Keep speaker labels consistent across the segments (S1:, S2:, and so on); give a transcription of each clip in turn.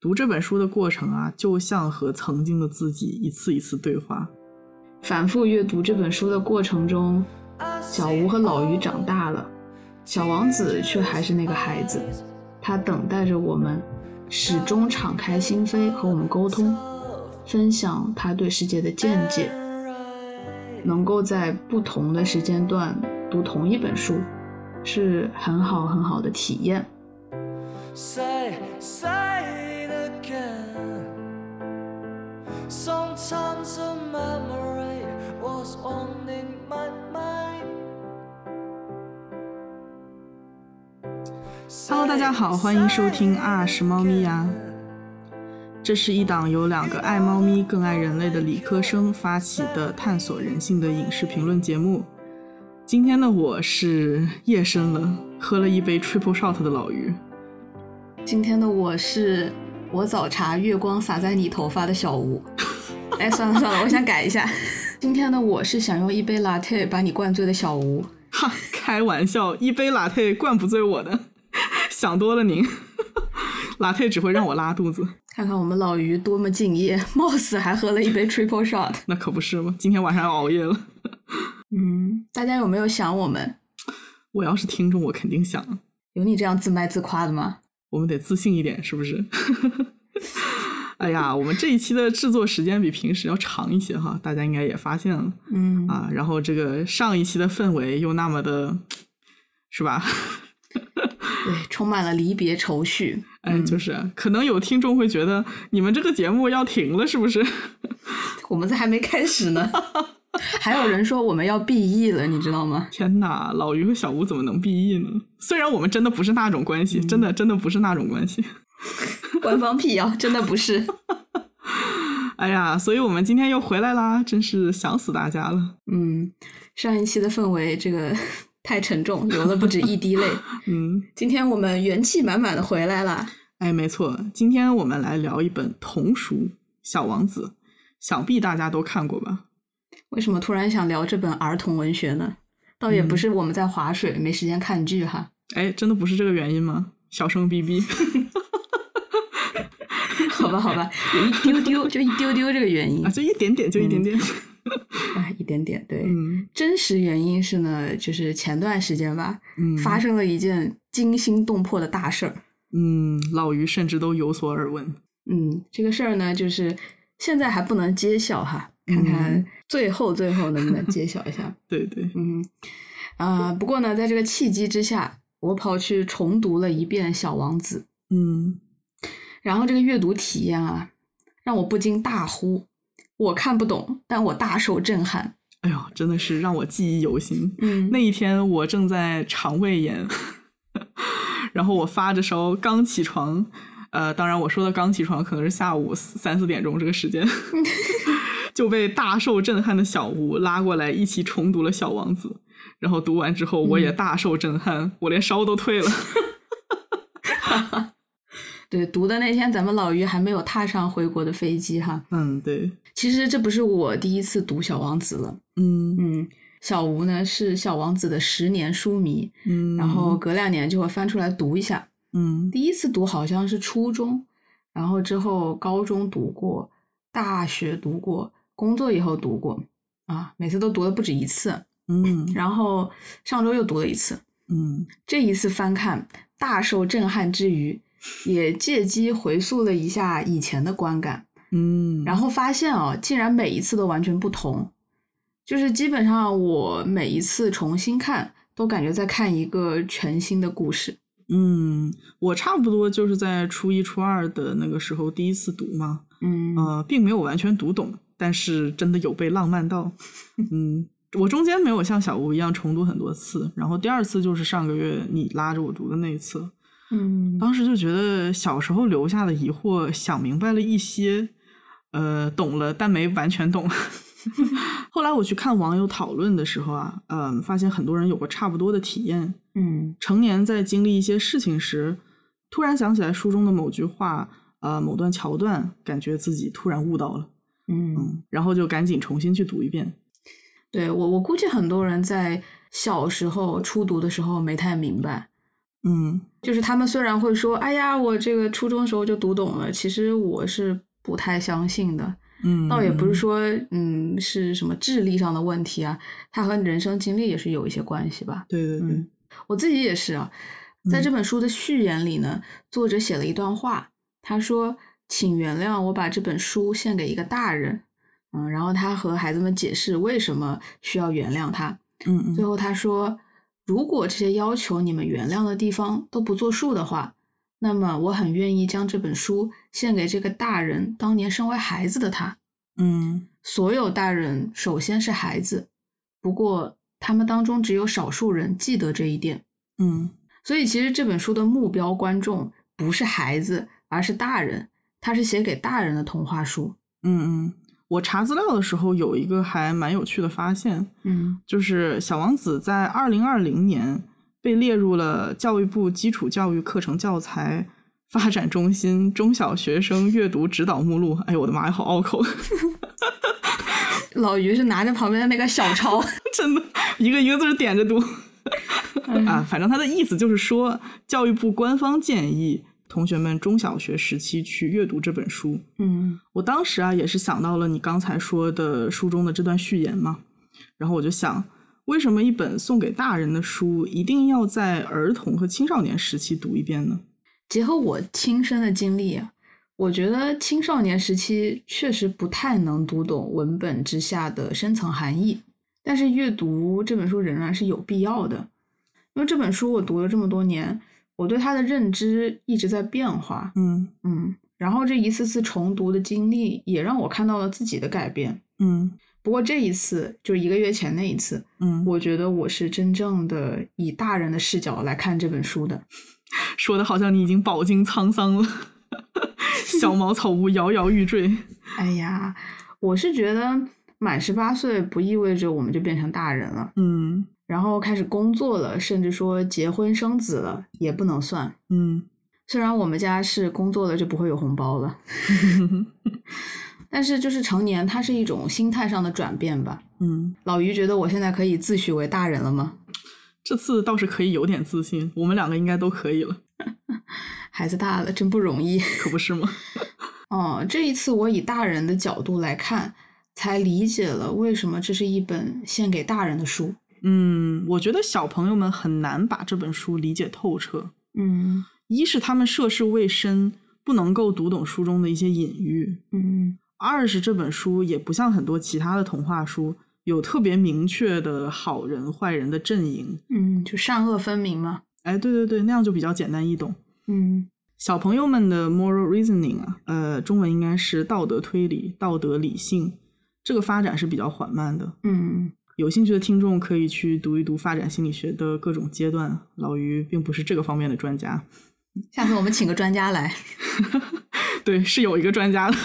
S1: 读这本书的过程啊，就像和曾经的自己一次一次对话。
S2: 反复阅读这本书的过程中，小吴和老于长大了，小王子却还是那个孩子。他等待着我们，始终敞开心扉和我们沟通，分享他对世界的见解。能够在不同的时间段读同一本书，是很好很好的体验。
S3: Say, say it again. Sometimes a memory was on in my mind.
S1: Hello，大家好，欢迎收听啊，是猫咪呀。这是一档由两个爱猫咪、更爱人类的理科生发起的探索人性的影视评论节目。今天的我是夜深了，喝了一杯 triple shot 的老于。
S2: 今天的我是我早茶月光洒在你头发的小吴。哎，算了算了，我想改一下。 今天的我是想用一杯 latte 把你灌醉的小吴。
S1: 哈，开玩笑，一杯拉退灌不醉我的， 想多了您。 拉退只会让我拉肚子，
S2: 看看我们老于多么敬业，冒死还喝了一杯 triple shot。
S1: 那可不是嘛，今天晚上要熬夜了。
S2: 嗯，大家有没有想我们？
S1: 我要是听众，我肯定想，啊
S2: 有你这样自卖自夸的吗？
S1: 我们得自信一点，是不是？ 哎呀，我们这一期的制作时间比平时要长一些哈，大家应该也发现了
S2: 嗯，
S1: 啊。然后这个上一期的氛围又那么的，是吧？
S2: 对，充满了离别愁绪。
S1: 哎，就是可能有听众会觉得你们这个节目要停了，是不是？
S2: 我们这还没开始 呢，还有人说我们要 BE 了，你知道吗？
S1: 天呐，老于和小吴怎么能毕业呢？虽然我们真的不是那种关系，真的真的不是那种关系。
S2: 官方辟谣，真的不 是。
S1: 哎呀，所以我们今天又回来啦，真是想死大家了。
S2: 嗯，上一期的氛围这个 太沉重，流了不止一滴泪。
S1: 嗯，
S2: 今天我们元气满满的回来了。
S1: 哎，没错，今天我们来聊一本童书《小王子》，想必大家都看过吧？
S2: 为什么突然想聊这本儿童文学呢？倒也不是我们在划水，没时间看剧哈。
S1: 哎，真的不是这个原因吗？小声逼逼，
S2: 好吧，好吧，有一丢丢，就一丢丢这个原因
S1: 啊，就一点点，就一点点。
S2: 啊，一点点。对，
S1: 嗯
S2: 真实原因是呢，就是前段时间吧，
S1: 嗯，
S2: 发生了一件惊心动魄的大事儿。
S1: 嗯，老于甚至都有所耳闻。
S2: 嗯，这个事儿呢，就是现在还不能揭晓哈，看
S1: 嗯
S2: 看最后最后能不能揭晓一 下。
S1: 对对，
S2: 嗯，啊、不过呢，在这个契机之下，我跑去重读了一遍《小王子
S1: 嗯》，
S2: 然后这个阅读体验啊，让我不禁大呼：我看不懂，但我大受震撼。
S1: 哎呦，真的是让我记忆犹新。
S2: 嗯
S1: 那一天我正在肠胃炎， 然后我发着烧刚起床，呃，当然我说的刚起床可能是下午四三四点钟这个时间， 就被大受震撼的小吴拉过来一起重读了《小王子》，然后读完之后我也
S2: 嗯
S1: 大受震撼，我连烧都退了。
S2: 对，读的那天，咱们老于还没有踏上回国的飞机哈。
S1: 嗯，对，
S2: 其实这不是我第一次读《小王子》了。
S1: 嗯
S2: 嗯，小吴呢是《小王子》的十年书迷，
S1: 嗯，
S2: 然后隔两年就会翻出来读一下。
S1: 嗯
S2: 第一次读好像是初中，然后之后高中读过，大学读过，工作以后读过，啊，每次都读了不止一次。
S1: 嗯
S2: 然后上周又读了一次，
S1: 嗯
S2: 这一次翻看大受震撼之余，也借机回溯了一下以前的观感。
S1: 嗯，
S2: 然后发现啊，竟然每一次都完全不同，就是基本上我每一次重新看，都感觉在看一个全新的故事。
S1: 嗯，我差不多就是在初一初二的那个时候第一次读嘛，
S2: 嗯
S1: 呃，并没有完全读懂，但是真的有被浪漫到。 嗯，我中间没有像小吴一样重读很多次，然后第二次就是上个月你拉着我读的那一次，
S2: 嗯
S1: 当时就觉得小时候留下的疑惑想明白了一些，呃，懂了但没完全懂。 后来我去看网友讨论的时候啊，嗯、发现很多人有过差不多的体验，
S2: 嗯
S1: 成年在经历一些事情时，突然想起来书中的某句话，呃，某段桥段，感觉自己突然悟到了，
S2: 嗯，
S1: 嗯，然后就赶紧重新去读一遍。
S2: 对我我估计很多人在小时候初读的时候没太明白，
S1: 嗯，
S2: 就是他们虽然会说，哎呀，我这个初中时候就读懂了，其实我是不太相信的。
S1: 嗯，
S2: 倒也不是说，嗯，是什么智力上的问题啊，它和你人生经历也是有一些关系吧。
S1: 对对对，
S2: 嗯，我自己也是啊。在这本书的序言里呢，作者写了一段话，他说：“请原谅我把这本书献给一个大人。”嗯，然后他和孩子们解释为什么需要原谅他。
S1: 嗯
S2: 最
S1: 嗯
S2: 后他说，如果这些要求你们原谅的地方都不作数的话，那么我很愿意将这本书献给这个大人当年身为孩子的他。
S1: 嗯
S2: 所有大人首先是孩子，不过他们当中只有少数人记得这一点。
S1: 嗯
S2: 所以其实这本书的目标观众不是孩子，而是大人。它是写给大人的童话书。
S1: 嗯嗯，我查资料的时候有一个还蛮有趣的发现，
S2: 嗯
S1: 就是《小王子》在二零二零年被列入了教育部基础教育课程教材发展中心中小学生阅读指导目录。哎呦我的妈呀，好拗口！
S2: 老于是拿着旁边的那个小抄，
S1: 真的一个一个字儿点着读啊。反正他的意思就是说，教育部官方建议同学们中小学时期去阅读这本书。
S2: 嗯
S1: 我当时啊也是想到了你刚才说的书中的这段序言嘛，然后我就想，为什么一本送给大人的书一定要在儿童和青少年时期读一遍呢？
S2: 结合我亲身的经历啊，我觉得青少年时期确实不太能读懂文本之下的深层含义，但是阅读这本书仍然是有必要的，因为这本书我读了这么多年，我对它的认知一直在变化，
S1: 嗯
S2: 嗯，然后这一次次重读的经历也让我看到了自己的改变。
S1: 嗯
S2: 不过这一次，就是一个月前那一次，
S1: 嗯，
S2: 我觉得我是真正的以大人的视角来看这本书的。
S1: 说的好像你已经饱经沧桑了， 小茅草屋摇摇欲坠。
S2: 哎呀，我是觉得满十八岁不意味着我们就变成大人了，
S1: 嗯
S2: 然后开始工作了，甚至说结婚生子了也不能算。
S1: 嗯
S2: 虽然我们家是工作了就不会有红包了， 但是就是成年，它是一种心态上的转变吧。
S1: 嗯，
S2: 老于觉得我现在可以自诩为大人了吗？
S1: 这次倒是可以有点自信，我们两个应该都可以了，
S2: 孩子大了真不容易。
S1: 可不是吗？
S2: 哦，这一次我以大人的角度来看，才理解了为什么这是一本献给大人的书。
S1: 嗯，我觉得小朋友们很难把这本书理解透彻。
S2: 嗯
S1: 一是他们涉世未深，不能够读懂书中的一些隐喻；
S2: 嗯
S1: 二是这本书也不像很多其他的童话书有特别明确的好人坏人的阵营。
S2: 嗯，就善恶分明嘛。
S1: 哎，对对对，那样就比较简单易懂。
S2: 嗯
S1: 小朋友们的 moral reasoning 啊，呃，中文应该是道德推理、道德理性，这个发展是比较缓慢的。
S2: 嗯，
S1: 有兴趣的听众可以去读一读发展心理学的各种阶段。老于并不是这个方面的专家，
S2: 下次我们请个专家来。
S1: 对，是有一个专家的。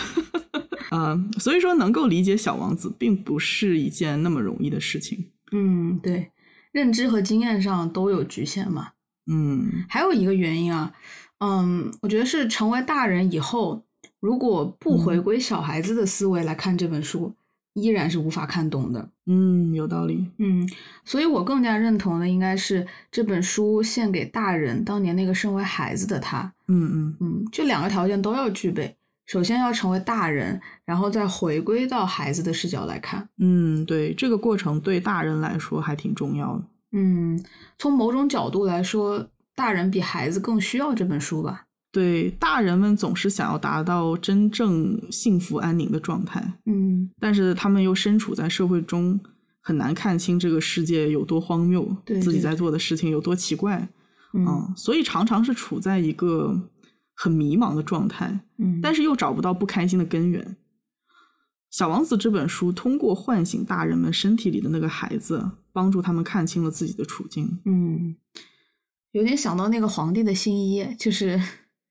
S1: 呃，所以说能够理解《小王子》并不是一件那么容易的事情。
S2: 嗯，对，认知和经验上都有局限嘛。
S1: 嗯
S2: 还有一个原因啊，嗯，我觉得是成为大人以后，如果不回
S1: 嗯
S2: 归小孩子的思维来看这本书，依然是无法看懂的。
S1: 嗯，有道理。
S2: 嗯，所以我更加认同的应该是这本书献给大人当年那个身为孩子的他。
S1: 嗯嗯
S2: 嗯，这两个条件都要具备，首先要成为大人，然后再回归到孩子的视角来看。
S1: 嗯，对，这个过程对大人来说还挺重要的。
S2: 嗯，从某种角度来说，大人比孩子更需要这本书吧。
S1: 对，大人们总是想要达到真正幸福安宁的状态，
S2: 嗯，
S1: 但是他们又身处在社会中，很难看清这个世界有多荒谬，
S2: 对
S1: 自己
S2: 对
S1: 在
S2: 对
S1: 做的事情有多奇怪。
S2: 嗯
S1: 嗯，所以常常是处在一个很迷茫的状态。
S2: 嗯，
S1: 但是又找不到不开心的根源。《小王子》这本书通过唤醒大人们身体里的那个孩子，帮助他们看清了自己的处境。
S2: 嗯，有点想到那个皇帝的新衣，就是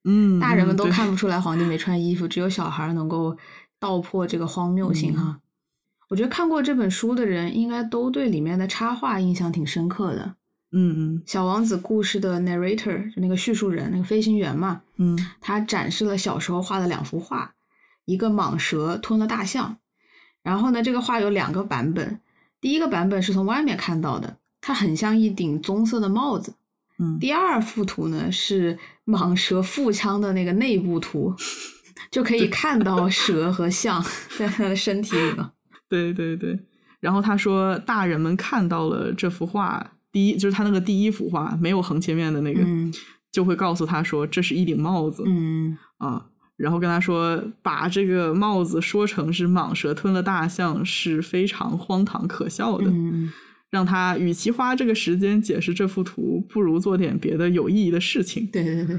S1: 嗯，
S2: 大人们
S1: 嗯
S2: 都
S1: 对
S2: 看不出来皇帝没穿衣服，只有小孩儿能够道破这个荒谬性
S1: 嗯
S2: 哈。我觉得看过这本书的人，应该都对里面的插画印象挺深刻的。
S1: 嗯
S2: 小王子故事的 narrator 就那个叙述人，那个飞行员嘛，
S1: 嗯
S2: 他展示了小时候画的两幅画，一个蟒蛇吞了大象。然后呢，这个画有两个版本，第一个版本是从外面看到的，它很像一顶棕色的帽子。
S1: 嗯
S2: 第二幅图呢是蟒蛇腹腔的那个内部图，就可以看到蛇和象 在它的身体里了。
S1: 对对对。然后他说，大人们看到了这幅画，第一就是他那个第一幅画没有横切面的那个，
S2: 嗯
S1: 就会告诉他说这是一顶帽子、
S2: 嗯，
S1: 啊，然后跟他说把这个帽子说成是蟒蛇吞了大象是非常荒唐可笑的，
S2: 嗯
S1: 让他与其花这个时间解释这幅图，不如做点别的有意义的事情。
S2: 对对对，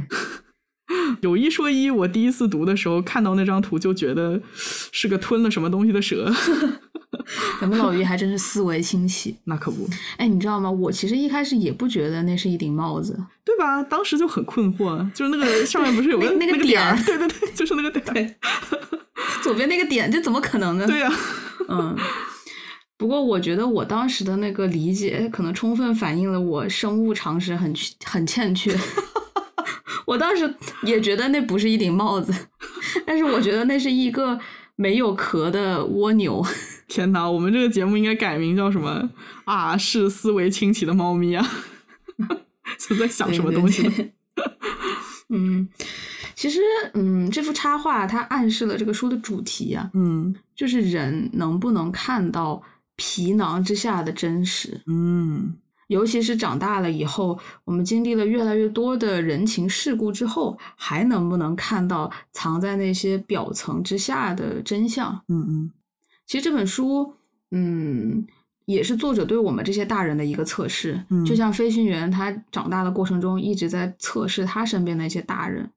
S1: 有一说一，我第一次读的时候看到那张图就觉得是个吞了什么东西的 蛇，
S2: 咱们老于还真是思维清晰。
S1: 那可不
S2: 哎，你知道吗？我其实一开始也不觉得那是一顶帽子，
S1: 对吧？当时就很困惑，就是那个上面不是有个
S2: 那那个
S1: 个点儿，
S2: 点
S1: 对对对，就是那个点儿，
S2: 对，左边那个点，这怎么可能 呢？
S1: 对呀、啊
S2: 嗯，不过我觉得我当时的那个理解，可能充分反映了我生物常识很缺很欠缺。 我当时也觉得那不是一顶帽子， 但是我觉得那是一个没有壳的蜗牛。
S1: 天哪，我们这个节目应该改名叫什么啊？是思维清奇的猫咪啊！ 就在想什么东西呢？
S2: 对对对嗯，其实，嗯，这幅插画它暗示了这个书的主题啊，
S1: 嗯
S2: 就是人能不能看到皮囊之下的真实。
S1: 嗯
S2: 尤其是长大了以后，我们经历了越来越多的人情世故之后，还能不能看到藏在那些表层之下的真相？
S1: 嗯嗯
S2: 其实这本书，嗯，也是作者对我们这些大人的一个测试。
S1: 嗯
S2: 就像飞行员他长大的过程中一直在测试他身边的一些大人。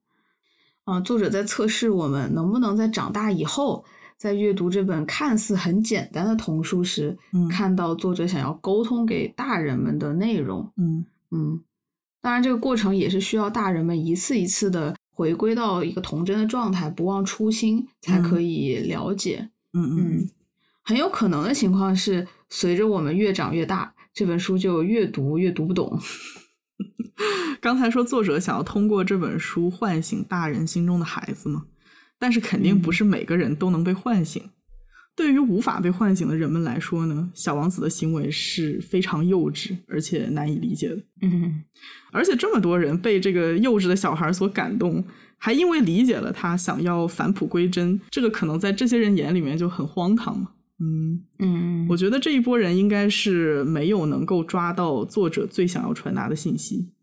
S2: 啊、作者在测试我们能不能在长大以后，在阅读这本看似很简单的童书时，
S1: 嗯
S2: 看到作者想要沟通给大人们的内容。
S1: 嗯
S2: 嗯，当然，这个过程也是需要大人们一次一次的回归到一个童真的状态，不忘初心，才可以了解。
S1: 嗯嗯，
S2: 很有可能的情况是，随着我们越长越大，这本书就越读越读不懂。
S1: 刚才说作者想要通过这本书唤醒大人心中的孩子嘛，但是肯定不是每个人都能被唤醒。对于无法被唤醒的人们来说呢，小王子的行为是非常幼稚而且难以理解的。
S2: 嗯，
S1: 而且这么多人被这个幼稚的小孩所感动，还因为理解了他想要返璞归真，这个可能在这些人眼里面就很荒唐嘛。嗯，
S2: 嗯
S1: 我觉得这一波人应该是没有能够抓到作者最想要传达的信息。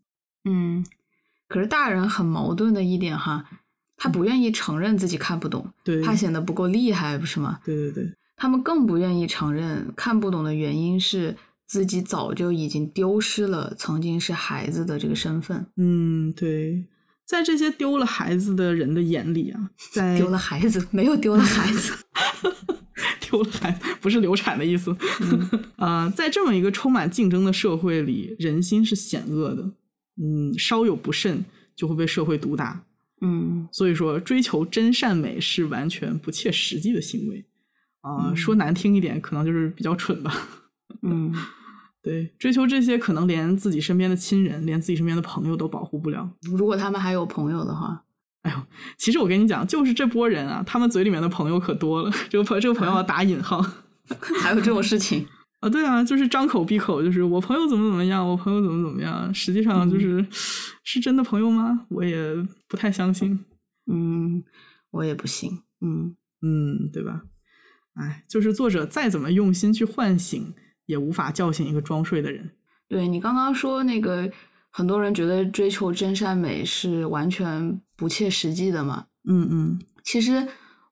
S2: 嗯，可是大人很矛盾的一点哈，他不愿意承认自己看不懂，
S1: 嗯对，
S2: 怕显得不够厉害，不是吗？
S1: 对对对，
S2: 他们更不愿意承认看不懂的原因是自己早就已经丢失了曾经是孩子的这个身份，
S1: 嗯，对，在这些丢了孩子的人的眼里啊，在
S2: 丢了孩子， 没有丢了孩子。
S1: 丢了孩子不是流产的意思。
S2: 嗯
S1: 呃，在这么一个充满竞争的社会里，人心是险恶的，嗯，稍有不慎就会被社会毒打。
S2: 嗯
S1: 所以说，追求真善美是完全不切实际的行为。啊、
S2: 嗯
S1: 说难听一点，可能就是比较蠢吧。
S2: 嗯
S1: 对，追求这些，可能连自己身边的亲人，连自己身边的朋友都保护不了。
S2: 如果他们还有朋友的话，
S1: 其实我跟你讲，就是这波人啊，他们嘴里面的朋友可多了。这个朋这个朋友要打引号。
S2: 还有这种事情。
S1: 啊，对啊，就是张口闭口就是我朋友怎么怎么样，我朋友怎么怎么样，实际上就是、是真的朋友吗？我也不太相信，
S2: 嗯，我也不行。嗯
S1: 嗯，对吧？哎，就是作者再怎么用心去唤醒，也无法叫醒一个装睡的人。
S2: 对你刚刚说那个，很多人觉得追求真善美是完全不切实际的嘛。
S1: 嗯嗯
S2: 其实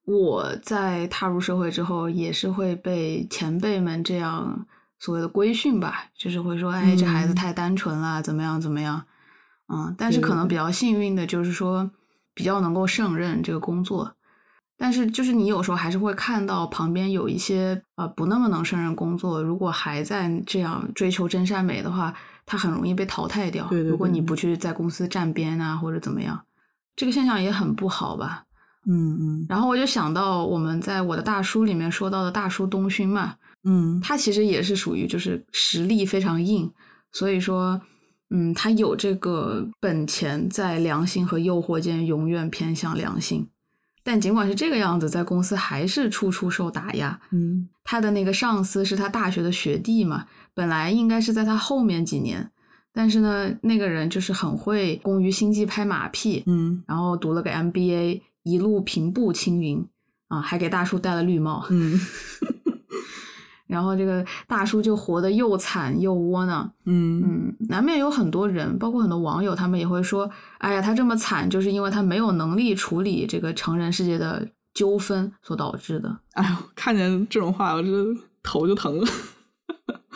S2: 我在踏入社会之后，也是会被前辈们这样所谓的规训吧，就是会说，哎，这孩子
S1: 嗯
S2: 太单纯了，怎么样怎么样，嗯，但是
S1: 对
S2: 可能
S1: 对
S2: 比较幸运的就是说，比较能够胜任这个工作。但是，就是你有时候还是会看到旁边有一些呃不那么能胜任工作，如果还在这样追求真善美的话，他很容易被淘汰掉。
S1: 对对
S2: 如果
S1: 对
S2: 你不去在公司站边啊，或者怎么样，这个现象也很不好吧。
S1: 嗯嗯
S2: 然后我就想到我们在我的大叔里面说到的大叔东勋嘛，
S1: 嗯，
S2: 他其实也是属于就是实力非常硬，所以说，嗯，他有这个本钱在良心和诱惑间永远偏向良心。但尽管是这个样子，在公司还是处处受打压。
S1: 嗯
S2: 他的那个上司是他大学的学弟嘛，本来应该是在他后面几年，但是呢，那个人就是很会工于心计拍马屁，
S1: 嗯
S2: 然后读了个 MBA，一路平步青云啊，还给大叔戴了绿帽。
S1: 嗯
S2: 然后这个大叔就活得又惨又窝囊，
S1: 嗯
S2: 嗯，难免有很多人，包括很多网友，他们也会说，哎呀，他这么惨，就是因为他没有能力处理这个成人世界的纠纷所导致的。
S1: 哎呦，看见这种话，我这头就疼了。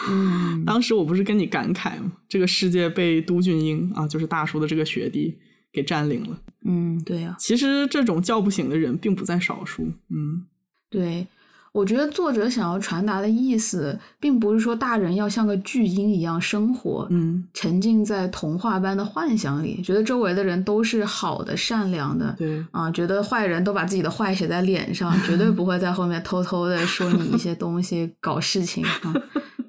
S2: 嗯，
S1: 当时我不是跟你感慨吗？这个世界被都俊英啊，就是大叔的这个学弟给占领了。
S2: 嗯，对呀、
S1: 其实这种叫不醒的人并不在少数。嗯
S2: 对，我觉得作者想要传达的意思，并不是说大人要像个巨婴一样生活，
S1: 嗯，
S2: 沉浸在童话般的幻想里，觉得周围的人都是好的、善良的。
S1: 对，
S2: 啊，觉得坏人都把自己的坏写在脸上，绝对不会在后面偷偷的说你一些东西、搞事情啊。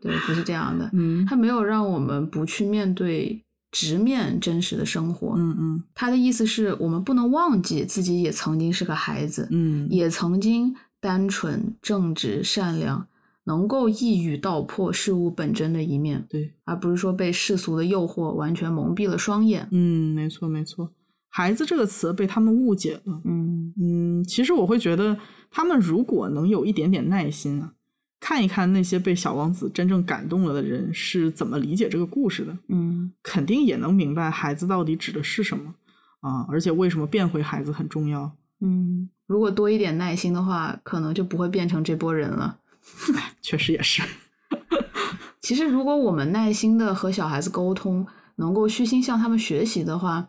S2: 对，不是这样的。
S1: 嗯
S2: 他没有让我们不去面对、直面真实的生活。
S1: 嗯嗯
S2: 他的意思是我们不能忘记自己也曾经是个孩子，
S1: 嗯，
S2: 也曾经单纯、正直、善良，能够一语道破事物本真的一面，
S1: 对，
S2: 而不是说被世俗的诱惑完全蒙蔽了双眼。
S1: 嗯，没错没错。孩子这个词被他们误解了。
S2: 嗯
S1: 嗯，其实我会觉得，他们如果能有一点点耐心啊，看一看那些被小王子真正感动了的人是怎么理解这个故事的，
S2: 嗯
S1: 肯定也能明白孩子到底指的是什么啊，而且为什么变回孩子很重要。
S2: 嗯，如果多一点耐心的话，可能就不会变成这波人了。
S1: 确实也是，
S2: 其实，如果我们耐心的和小孩子沟通，能够虚心向他们学习的话，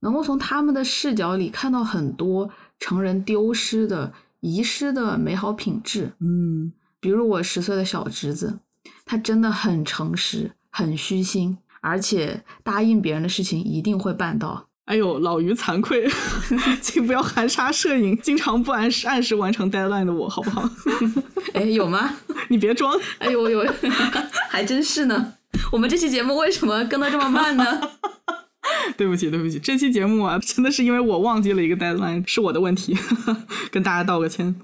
S2: 能够从他们的视角里看到很多成人丢失的、遗失的美好品质。
S1: 嗯
S2: 比如我十岁的小侄子，他真的很诚实，很虚心，而且答应别人的事情一定会办到。
S1: 哎呦，老于惭愧， 请不要含沙射影，经常不按时按时完成 deadline 的我，好不好？
S2: 哎，有吗？
S1: 你别装，
S2: 哎呦呦， 还真是呢。我们这期节目为什么更的这么慢呢？
S1: 对不起，对不起，这期节目啊，真的是因为我忘记了一个 deadline，是我的问题， 跟大家道个歉。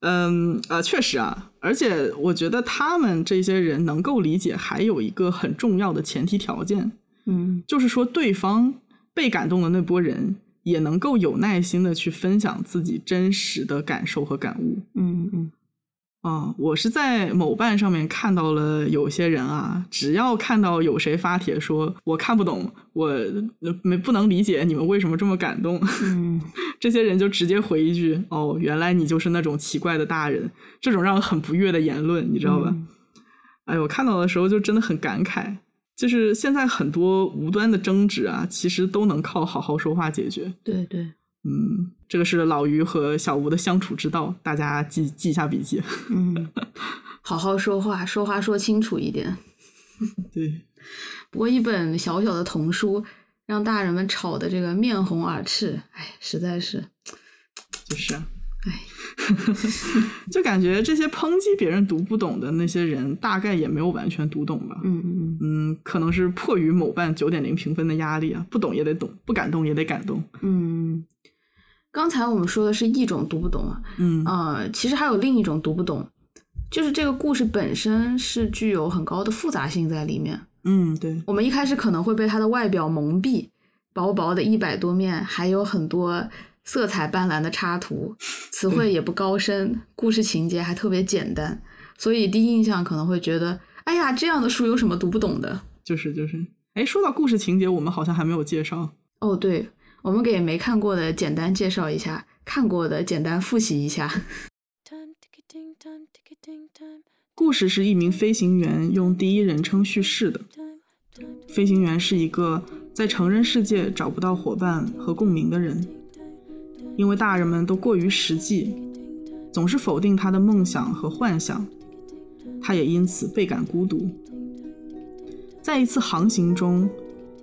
S1: 嗯啊，确实啊，而且我觉得他们这些人能够理解，还有一个很重要的前提条件，
S2: 嗯
S1: 就是说对方被感动的那波人也能够有耐心的去分享自己真实的感受和感悟。
S2: 嗯嗯
S1: 啊、我是在某瓣上面看到了有些人啊，只要看到有谁发帖说我看不懂，我呃没不能理解你们为什么这么感动，
S2: 嗯，
S1: 这些人就直接回一句：“哦，原来你就是那种奇怪的大人。”这种让人很不悦的言论，你知道吧？
S2: 嗯
S1: 哎，我看到的时候就真的很感慨，就是现在很多无端的争执啊，其实都能靠好好说话解决。
S2: 对对，
S1: 嗯，这个是老于和小吴的相处之道，大家记记一下笔记。
S2: 嗯，好好说话，说话说清楚一点。
S1: 对，
S2: 不过一本小小的童书，让大人们吵得这个面红耳赤，哎，实在是，
S1: 就是啊。
S2: 哎，
S1: 就感觉这些抨击别人读不懂的那些人，大概也没有完全读懂吧。
S2: 嗯嗯嗯
S1: 嗯，可能是迫于某瓣九点零评分的压力啊，不懂也得懂，不感动也得感动。
S2: 嗯，刚才我们说的是一种读不懂啊，
S1: 嗯
S2: 呃，其实还有另一种读不懂，就是这个故事本身是具有很高的复杂性在里面。
S1: 嗯，对，
S2: 我们一开始可能会被它的外表蒙蔽，薄薄的一百多面，还有很多色彩斑斓的插图，词汇也不高深，故事情节还特别简单，所以第一印象可能会觉得，哎呀，这样的书有什么读不懂的？
S1: 就是就是。哎，说到故事情节，我们好像还没有介绍。
S2: 哦，对，我们给没看过的简单介绍一下，看过的简单复习一下。
S3: Time ticky ting time ticky ting time
S1: 故事是一名飞行员用第一人称叙事的。
S3: time time
S1: 飞行员是一个在成人世界找不到伙伴和共鸣的人，因为大人们都过于实际，总是否定他的梦想和幻想，他也因此倍感孤独。在一次航行中，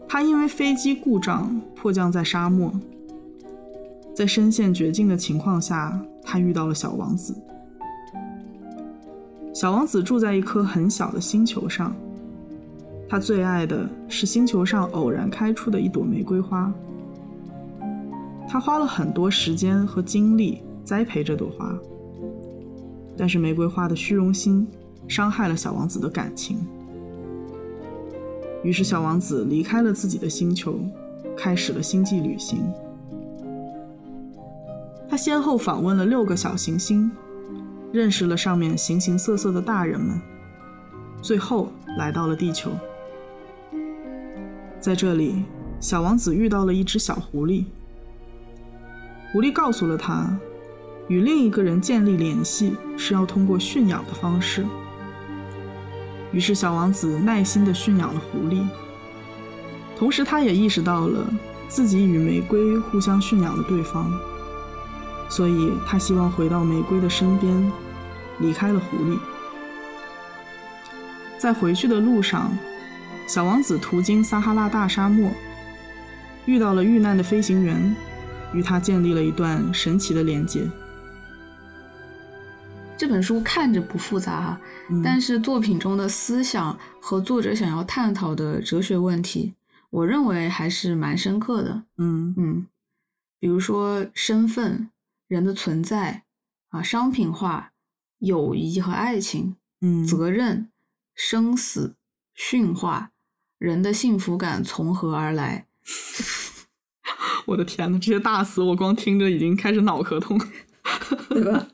S1: 他因为飞机故障迫降在沙漠，在身陷绝境的情况下，他遇到了小王子。小王子住在一颗很小的星球上，他最爱的是星球上偶然开出的一朵玫瑰花。他花了很多时间和精力栽培这朵花，但是玫瑰花的虚荣心伤害了小王子的感情。于是，小王子离开了自己的星球，开始了星际旅行。他先后访问了六个小行星，认识了上面形形色色的大人们，最后来到了地球。在这里，小王子遇到了一只小狐狸。狐狸告诉了他，与另一个人建立联系是要通过驯养的方式。于是，小王子耐心地驯养了狐狸，同时他也意识到了自己与玫瑰互相驯养了对方，所以他希望回到玫瑰的身边，离开了狐狸。在回去的路上，小王子途经撒哈拉大沙漠，遇到了遇难的飞行员，与他建立了一段神奇的连接。
S2: 这本书看着不复杂哈，
S1: 嗯
S2: 但是作品中的思想和作者想要探讨的哲学问题，我认为还是蛮深刻的。
S1: 嗯
S2: 嗯，比如说身份、人的存在啊、商品化、友谊和爱情、
S1: 嗯，
S2: 责任、生死、驯化，人的幸福感从何而来？
S1: 我的天呐，这些大词我光听着已经开始脑壳痛。
S2: 对吧？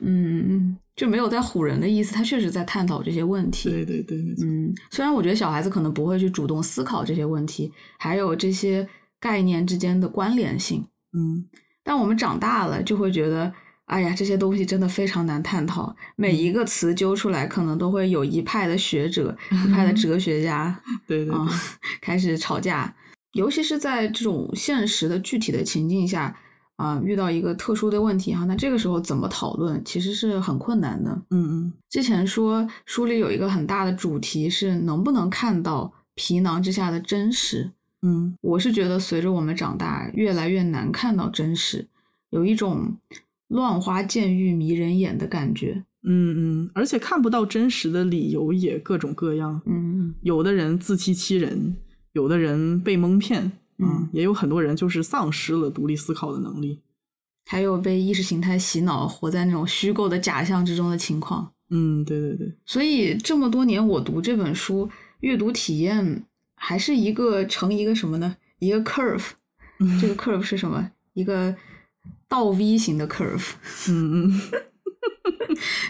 S2: 嗯，就没有在唬人的意思，他确实在探讨这些问题。
S1: 对对对，没错
S2: 嗯，虽然我觉得小孩子可能不会去主动思考这些问题，还有这些概念之间的关联性，
S1: 嗯
S2: 但我们长大了就会觉得，哎呀，这些东西真的非常难探讨。每
S1: 嗯
S2: 一个词揪出来，可能都会有一派的学者、一派的哲学家啊、
S1: 对对对，
S2: 开始吵架，尤其是在这种现实的具体的情境下。啊，遇到一个特殊的问题哈，那这个时候怎么讨论，其实是很困难的。
S1: 嗯
S2: 之前说书里有一个很大的主题是能不能看到皮囊之下的真实。
S1: 嗯嗯
S2: 我是觉得随着我们长大，越来越难看到真实，有一种乱花渐欲迷人眼的感觉。
S1: 嗯嗯，而且看不到真实的理由也各种各样，
S2: 嗯
S1: 有的人自欺欺人，有的人被蒙骗，啊
S2: 嗯
S1: 也有很多人就是丧失了独立思考的能力。
S2: 还有被意识形态洗脑，活在那种虚构的假象之中的情况。
S1: 嗯，对对对，
S2: 所以这么多年，我读这本书，阅读体验还是一个成一个什么呢？一个 curve。这个 curve 是什么？一个倒 V 型的 curve。
S1: 嗯嗯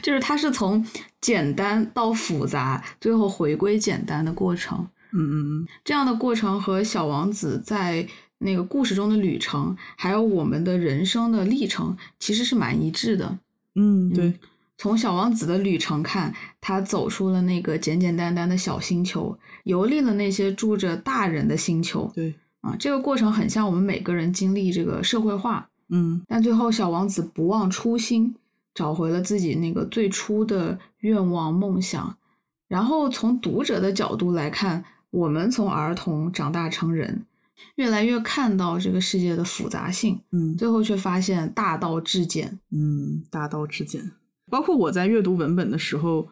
S2: 就是它是从简单到复杂，最后回归简单的过程。
S1: 嗯嗯
S2: 这样的过程和小王子在那个故事中的旅程，还有我们的人生的历程，其实是蛮一致的。
S1: 嗯，对，
S2: 从小王子的旅程看，他走出了那个简简单单的小星球，游历了那些住着大人的星球
S1: 对，
S2: 啊。这个过程很像我们每个人经历这个社会化，
S1: 嗯
S2: 但最后，小王子不忘初心，找回了自己那个最初的愿望梦想。然后从读者的角度来看，我们从儿童长大成人，越来越看到这个世界的复杂性，
S1: 嗯
S2: 最后却发现大道至简。
S1: 嗯，大道至简。包括我在阅读文本的时候，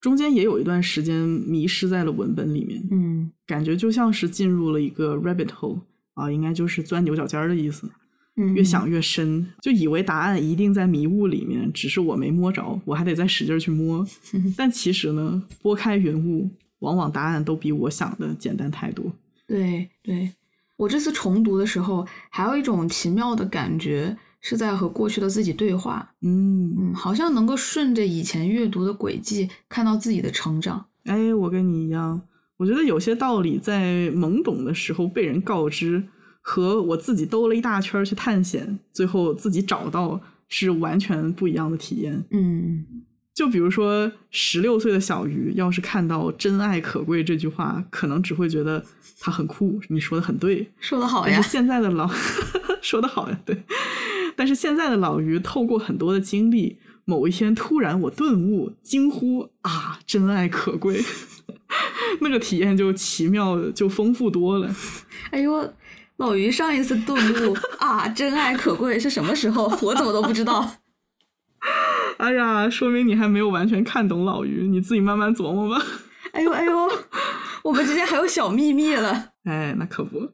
S1: 中间也有一段时间迷失在了文本里面，
S2: 嗯
S1: 感觉就像是进入了一个 rabbit hole 啊，应该就是钻牛角尖儿的意思。
S2: 嗯，
S1: 越想越深，就以为答案一定在迷雾里面，只是我没摸着，我还得再使劲儿去 摸。但其实呢，拨开云雾，往往答案都比我想的简单太多。嗯
S2: 对对，我这次重读的时候，还有一种奇妙的感觉，是在和过去的自己对话。
S1: 嗯，
S2: 嗯，好像能够顺着以前阅读的轨迹，看到自己的成长。
S1: 哎，我跟你一样，我觉得有些道理在懵懂的时候被人告知，和我自己兜了一大圈儿去探险，最后自己找到，是完全不一样的体验。
S2: 嗯。
S1: 就比如说，十六岁的小鱼要是看到“真爱可贵”这句话，可能只会觉得它很酷，你说的很对。
S2: 说的好
S1: 但
S2: 呀
S1: 是，现在的老 说的好呀，对。但是现在的老鱼透过很多的经历，某一天突然我顿悟，惊呼啊，真爱可贵， 那个体验就奇妙，就丰富多了。
S2: 哎呦，老于上一次顿 悟啊，真爱可贵是什么时候？我怎么都不知道。
S1: 哎呀，说明你还没有完全看懂老鱼，你自己慢慢琢磨吧。
S2: 哎呦哎呦，我们之间还有小秘密了。
S1: 哎，那可不，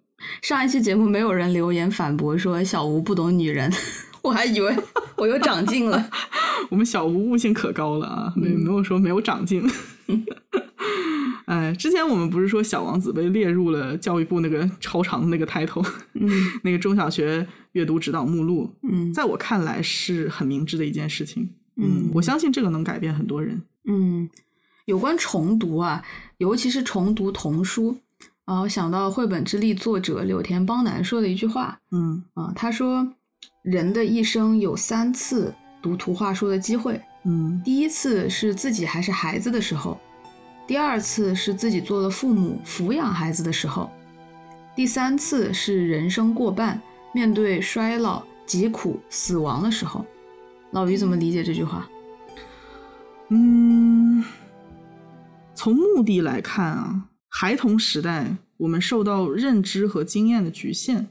S2: 上一期节目没有人留言反驳说小吴不懂女人， 我还以为我又长进 了。嗯
S1: 我们小吴悟性可高了啊，没没有说没有长进。呃，之前我们不是说《小王子》被列入了教育部那个超长的那个 title，
S2: 嗯
S1: 那个中小学阅读指导目录，
S2: 嗯
S1: 在我看来是很明智的一件事情。
S2: 嗯
S1: 我相信这个能改变很多人。
S2: 嗯，有关重读啊，尤其是重读童书啊，我想到《绘本之力》作者柳田邦男说的一句话
S1: 嗯
S2: 啊，他说：“人的一生有三次读图画书的机会，
S1: 嗯
S2: 第一次是自己还是孩子的时候，第二次是自己做了父母抚养孩子的时候，第三次是人生过半，面对衰老、疾苦、死亡的时候。老于怎么理解这句话？
S1: 嗯，从目的来看啊，孩童时代我们受到认知和经验的局限，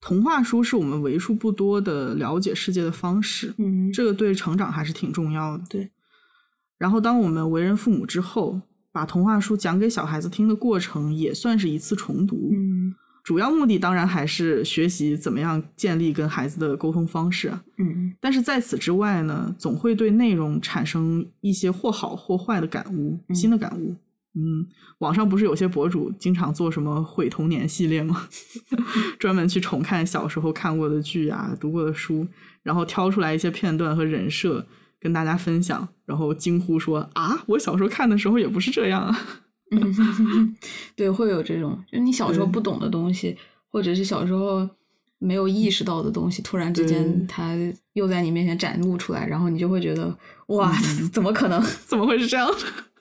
S1: 童话书是我们为数不多的了解世界的方式。
S2: 嗯
S1: 这个对成长还是挺重要的。
S2: 对。
S1: 然后，当我们为人父母之后，把童话书讲给小孩子听的过程，也算是一次重读。
S2: 嗯
S1: 主要目的当然还是学习怎么样建立跟孩子的沟通方式啊。
S2: 嗯
S1: 但是在此之外呢，总会对内容产生一些或好或坏的感悟，
S2: 嗯
S1: 新的感悟。嗯，网上不是有些博主经常做什么毁童年系列吗？ 专门去重看小时候看过的剧啊、读过的书，然后挑出来一些片段和人设跟大家分享，然后惊呼说：“啊，我小时候看的时候也不是这样啊！”
S2: 嗯， 对，会有这种，就你小时候
S1: 对
S2: 不懂的东西，或者是小时候没有意识到的东西，突然之间
S1: 对
S2: 它又在你面前展露出来，然后你就会觉得哇，怎么可能？
S1: 怎么会是这样？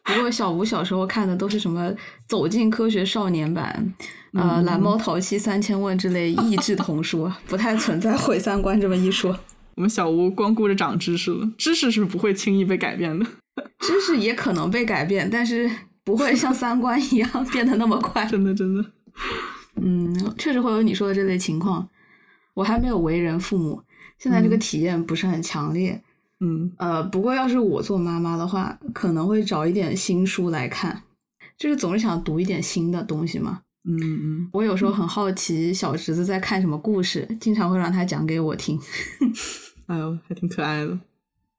S2: 不过小吴小时候看的都是什么《走进科学少年版》呃，《
S1: 嗯
S2: 蓝猫淘气三千问》之类益智童书，不太存在毁三观这么一说。
S1: 我们小吴光顾着长知识了，知识是不会轻易被改变的，
S2: 知识也可能被改变，但是不会像三观一样变得那么快。
S1: 真的真的。
S2: 嗯，确实会有你说的这类情况。我还没有为人父母，现在这个
S1: 嗯
S2: 体验不是很强烈。
S1: 嗯
S2: 呃，不过要是我做妈妈的话，可能会找一点新书来看，就是总是想读一点新的东西嘛。
S1: 嗯嗯，
S2: 我有时候很好奇小侄子在看什么故事，经常会让他讲给我听。
S1: 哎呦，还挺可爱的。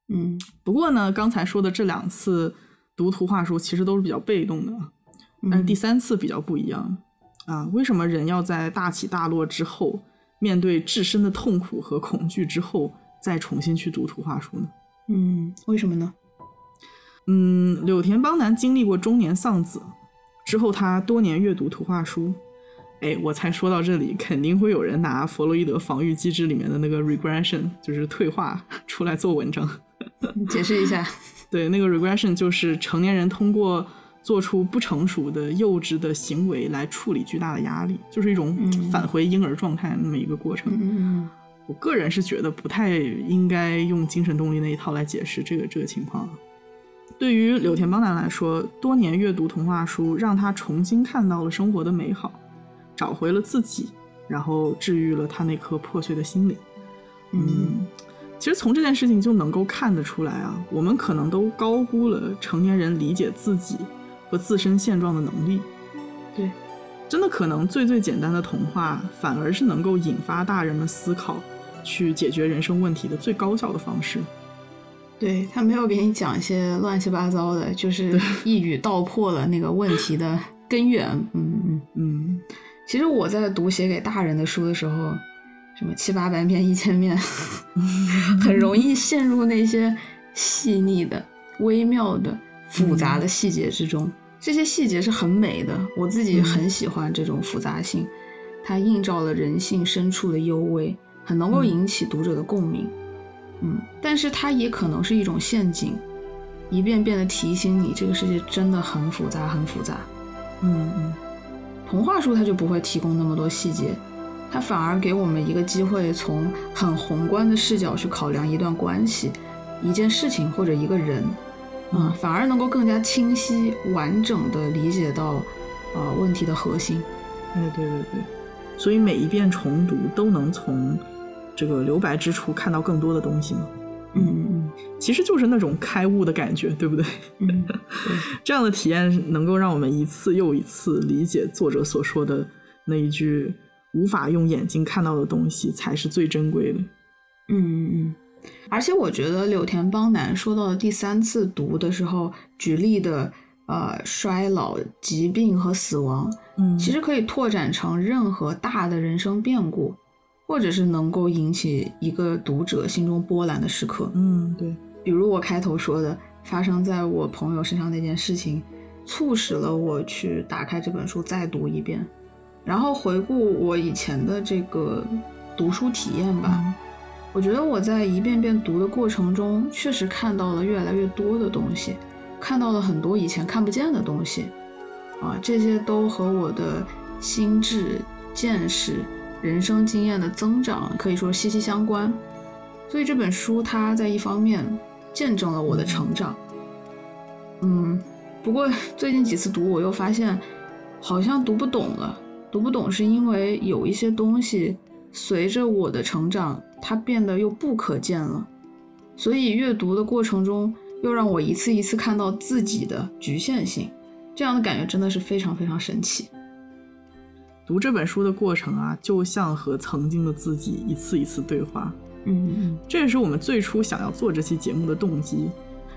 S2: 嗯
S1: 不过呢，刚才说的这两次读图画书其实都是比较被动的，但是
S2: 嗯
S1: 第三次比较不一样啊。为什么人要在大起大落之后，面对自身的痛苦和恐惧之后，再重新去读图画书呢？
S2: 嗯，为什么呢？
S1: 嗯，柳田邦男经历过中年丧子之后，他多年阅读图画书。哎，我才说到这里，肯定会有人拿弗洛伊德防御机制里面的那个 regression，就是退化出来做文章。
S2: 你解释一下。
S1: 对，那个 regression 就是成年人通过做出不成熟的、幼稚的行为来处理巨大的压力，就是一种
S2: 嗯
S1: 返回婴儿状态那么一个过程。
S2: 嗯
S1: 我个人是觉得不太应该用精神动力那一套来解释这个这个情况啊。对于柳田邦男来说，多年阅读童话书，让他重新看到了生活的美好，找回了自己，然后治愈了他那颗破碎的心灵。
S2: 嗯
S1: 嗯，其实从这件事情就能够看得出来啊，我们可能都高估了成年人理解自己和自身现状的能力。
S2: 对，
S1: 真的可能最最简单的童话，反而是能够引发大人们思考、去解决人生问题的最高效的方式。
S2: 对他没有给你讲一些乱七八糟的，就是一语道破了那个问题的根源。嗯嗯。
S1: 嗯
S2: 其实我在读写给大人的书的时候，什么七八百面、一千 面，很容易陷入那些细腻的、微妙的、复杂
S1: 嗯
S2: 的细节之中。这些细节是很美的，我自
S1: 嗯
S2: 己很喜欢这种复杂性，它映照了人性深处的幽微，很能够
S1: 嗯
S2: 引起读者的共鸣。嗯，但是它也可能是一种陷阱，一遍遍的提醒你，这个世界真的很复杂，很复杂。
S1: 嗯嗯
S2: 童话书它就不会提供那么多细节，它反而给我们一个机会，从很宏观的视角去考量一段关系、一件事情或者一个人，嗯
S1: 嗯，
S2: 反而能够更加清晰、完整的理解到，呃，问题的核心。
S1: 哎，对对对，所以每一遍重读都能从这个留白之处看到更多的东西嘛。
S2: 嗯
S1: 其实就是那种开悟的感觉，对不对？
S2: 嗯
S1: 这样的体验能够让我们一次又一次理解作者所说的那一句“无法用眼睛看到的东西才是最珍贵的
S2: 嗯嗯嗯。而且我觉得柳田邦男说到的第三次读的时候举例的呃衰老、疾病和死亡，
S1: 嗯，
S2: 其实可以拓展成任何大的人生变故，或者是能够引起一个读者心中波澜的时刻。
S1: 嗯，对，
S2: 比如我开头说的，发生在我朋友身上那件事情，促使了我去打开这本书再读一遍，然后回顾我以前的这个读书体验吧。我觉得我在一遍遍读的过程中，确实看到了越来越多的东西，看到了很多以前看不见的东西，啊，这些都和我的心智、见识、人生经验的增长可以说息息相关。所以这本书它在一方面见证了我的成长，嗯，不过最近几次读，我又发现好像读不懂了。读不懂是因为有一些东西随着我的成长，它变得又不可见了。所以阅读的过程中，又让我一次一次看到自己的局限性，这样的感觉真的是非常非常神奇。
S1: 读这本书的过程啊，就像和曾经的自己一次一次对话。
S2: 嗯
S1: 这也是我们最初想要做这期节目的动机。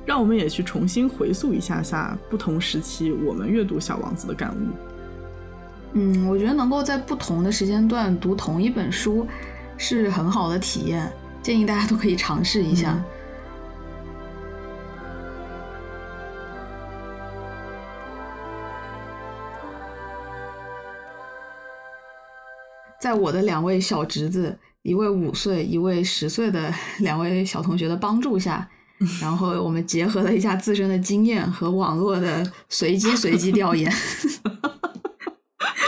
S1: 让我们也去重新回溯一下下不同时期我们阅读《小王子》的感悟。
S2: 嗯，我觉得能够在不同的时间段读同一本书，是很好的体验，建议大家都可以尝试一下。
S1: 嗯
S2: 在我的两位小侄子，一位五岁，一位十岁的两位小同学的帮助下，然后我们结合了一下自身的经验和网络的随机随机调研，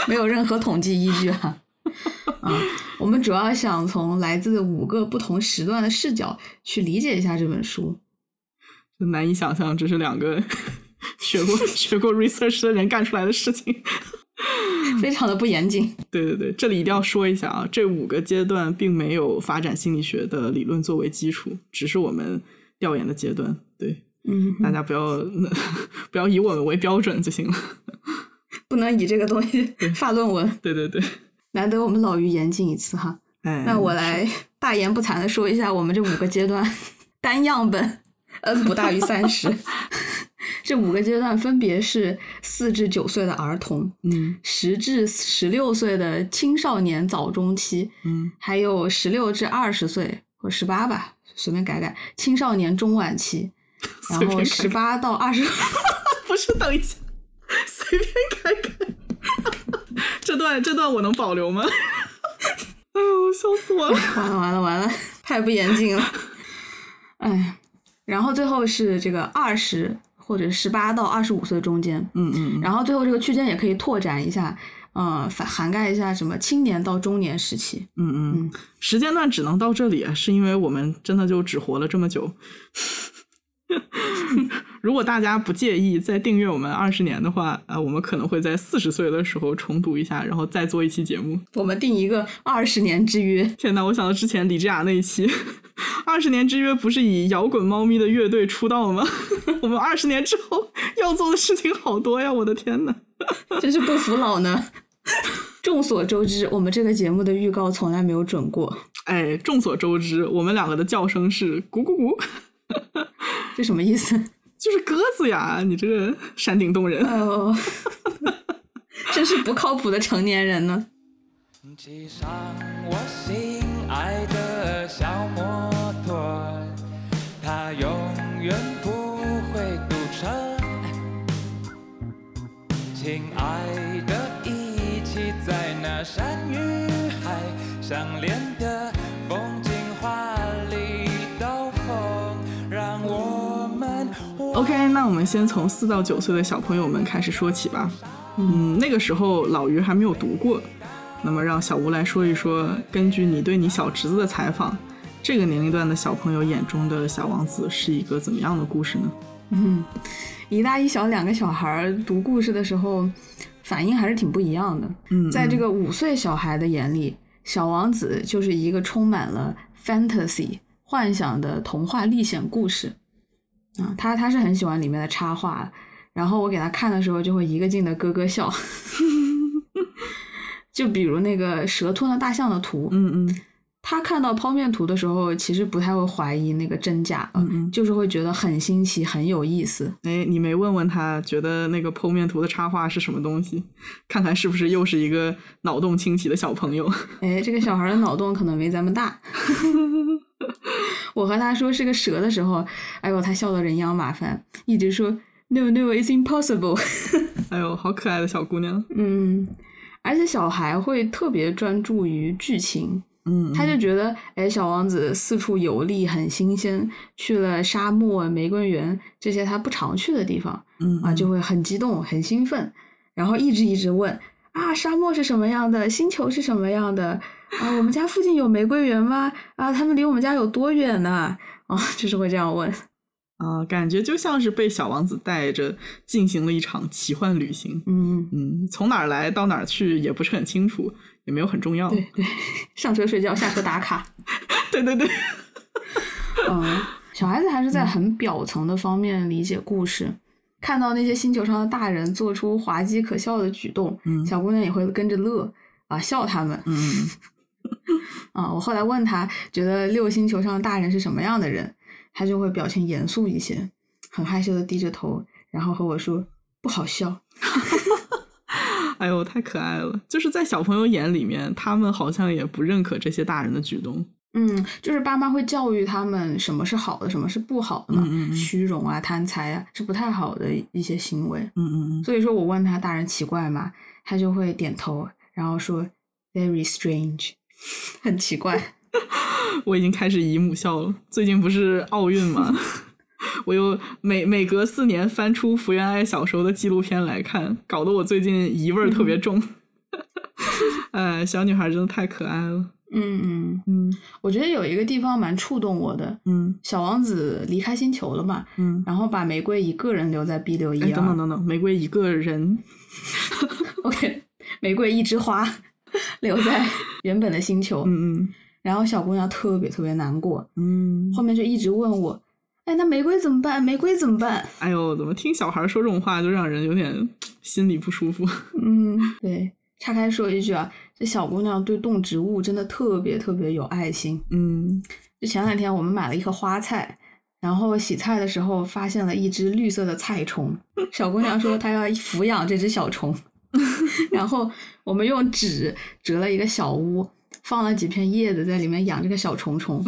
S2: 没有任何统计依据啊。嗯，我们主要想从来自五个不同时段的视角去理解一下这本书。
S1: 就难以想象，这是两个 学过 学过 research 的人干出来的事情。
S2: 非常的不严谨。
S1: 对对对，这里一定要说一下啊，这五个阶段并没有发展心理学的理论作为基础，只是我们调研的阶段。对，
S2: 嗯
S1: 大家不要、 不要以我们为标准就行了。
S2: 不能以这个东西发论文，
S1: 对对对，
S2: 难得我们老于严谨一次哈。
S1: 哎，
S2: 那我来大言不惭的说一下我们这五个阶段单样本 n 不大于三十。 这五个阶段分别是四至九岁的儿童，
S1: 嗯
S2: 十至十六岁的青少年早中期，
S1: 嗯
S2: 还有十六至二十岁或十八吧，随便改改青少年中晚期，然
S1: 随
S2: 后
S1: 便改
S2: 十八到二十。
S1: 不是，等一下，随便改改。 这段这段我能保留吗？ 哎呦，笑死我了！
S2: 完了完了完了，太不严谨了。哎，然后最后是这个二十或者十八到二十五岁中间，
S1: 嗯嗯，
S2: 然后最后这个区间也可以拓展一下，呃，反涵盖一下什么青年到中年时期。
S1: 嗯嗯，时间段只能到这里，是因为我们真的就只活了这么久。 如果大家不介意再订阅我们二十年的话，呃，我们可能会在四十岁的时候重读一下，然后再做一期节目。
S2: 我们定一个二十年之约，
S1: 天呐，我想到之前李智雅那一期， 《二十年之约》不是以摇滚猫咪的乐队出道吗？ 我们二十年之后要做的事情好多呀！我的天呐，
S2: 真是不服老呢。 众所周知，我们这个节目的预告从来没有准过，
S1: 哎，众所周知，我们两个的叫声是“咕咕咕
S2: 这什么意思？”，
S1: 就是鸽子呀！你这个山顶洞人，
S2: 哦， 真是不靠谱的成年人呢。
S3: 骑上我心爱的小摩托，它永远不会堵车。亲爱的，一起在那山与海相连的风景画里兜风，让我们
S1: OK，那我们先从四到九岁的小朋友们开始说起吧。嗯，那个时候老于还没有读过，那么让小吴来说一说，根据你对你小侄子的采访，这个年龄段的小朋友眼中的小王子是一个怎么样的故事呢？
S2: 嗯，一大一小两个小孩儿读故事的时候，反应还是挺不一样的。
S1: 嗯，
S2: 在这
S1: 个
S2: 个五岁小孩的眼里，《小王子》就是一个充满了 fantasy 幻想的童话历险故事。啊，他他是很喜欢里面的插画，然后我给他看的时候就会一个劲的咯咯笑。 就比如那个蛇吞了大象的图，
S1: 嗯嗯
S2: 他看到剖面图的时候，其实不太会怀疑那个真假了，
S1: 嗯嗯，
S2: 就是会觉得很新奇，很有意思。
S1: 哎，你没问问他，觉得那个剖面图的插画是什么东西？ 看看是不是又是一个脑洞清奇的小朋友？
S2: 哎，这个小孩的脑洞可能没咱们大。 我和他说是个蛇的时候，哎呦，他笑得人仰马翻，一直说 “No, no, it's impossible”。
S1: 哎呦，好可爱的小姑娘。
S2: 嗯，而且小孩会特别专注于剧情，
S1: 嗯，
S2: 他就觉得，哎，小王子四处游历很新鲜，去了沙漠、玫瑰园这些他不常去的地方
S1: 嗯
S2: 啊，就
S1: 嗯
S2: 会很激动、很兴奋，然后一直一直问啊，沙漠是什么样的？星球是什么样的？啊，我们家附近有玫瑰园吗？啊，他们离我们家有多远呢、啊， 就是会这样问。
S1: 啊，感觉就像是被小王子带着进行了一场奇幻旅行。
S2: 嗯，
S1: 嗯，从哪儿来到哪儿去也不是很清楚，也没有很重要。
S2: 对对， 上车睡觉，下车打卡。
S1: 对对对，
S2: 嗯， 小孩子还是在很表层的方面理解故事，看到那些星球上的大人做出滑稽可笑的举动，
S1: 嗯
S2: 小姑娘也会跟着乐啊，笑他们。
S1: 嗯，
S2: 啊，我后来问他，觉得六星球上的大人是什么样的人，他就会表情严肃一些，很害羞的低着头，然后和我说不好笑。
S1: 哎呦，太可爱了！就是在小朋友眼里面，他们好像也不认可这些大人的举动。
S2: 嗯，就是爸妈会教育他们什么是好的，什么是不好的嘛，
S1: 嗯嗯嗯
S2: 虚荣啊、贪财啊是不太好的一些行为。
S1: 嗯嗯
S2: 所以说我问他大人奇怪吗？他就会点头，然后说 very strange，很 奇 怪。
S1: 嗯，我已经开始姨母笑了。最近不是奥运嘛， 我又每每隔四年翻出福原爱小时候的纪录片来看，搞得我最近姨味儿特别重。 哎，小女孩真的太可爱了。
S2: 嗯嗯，
S1: 嗯
S2: 我觉得有一个地方蛮触动我的，
S1: 嗯
S2: 小王子离开星球了嘛，
S1: 嗯。
S2: 然后把玫瑰一个人留在 B 六一
S1: 哎，等等
S2: 二
S1: 等等，玫瑰一个人，
S2: ，OK，玫瑰一枝花留在原本的星球，
S1: 嗯
S2: 然后小姑娘特别特别难过，
S1: 嗯嗯，
S2: 后面就一直问我，哎，那玫瑰怎么办？玫瑰怎么办？
S1: 哎呦，怎么听小孩说这种话就让人有点心里不舒服？
S2: 嗯，对，岔开说一句啊，这小姑娘对动植物真的特别特别有爱心。
S1: 嗯，
S2: 就前两天我们买了一颗花菜，然后洗菜的时候发现了一只绿色的菜虫，小姑娘说她要抚养这只小虫，然后我们用纸折了一个小屋。放了几片叶子在里面养这个小虫虫，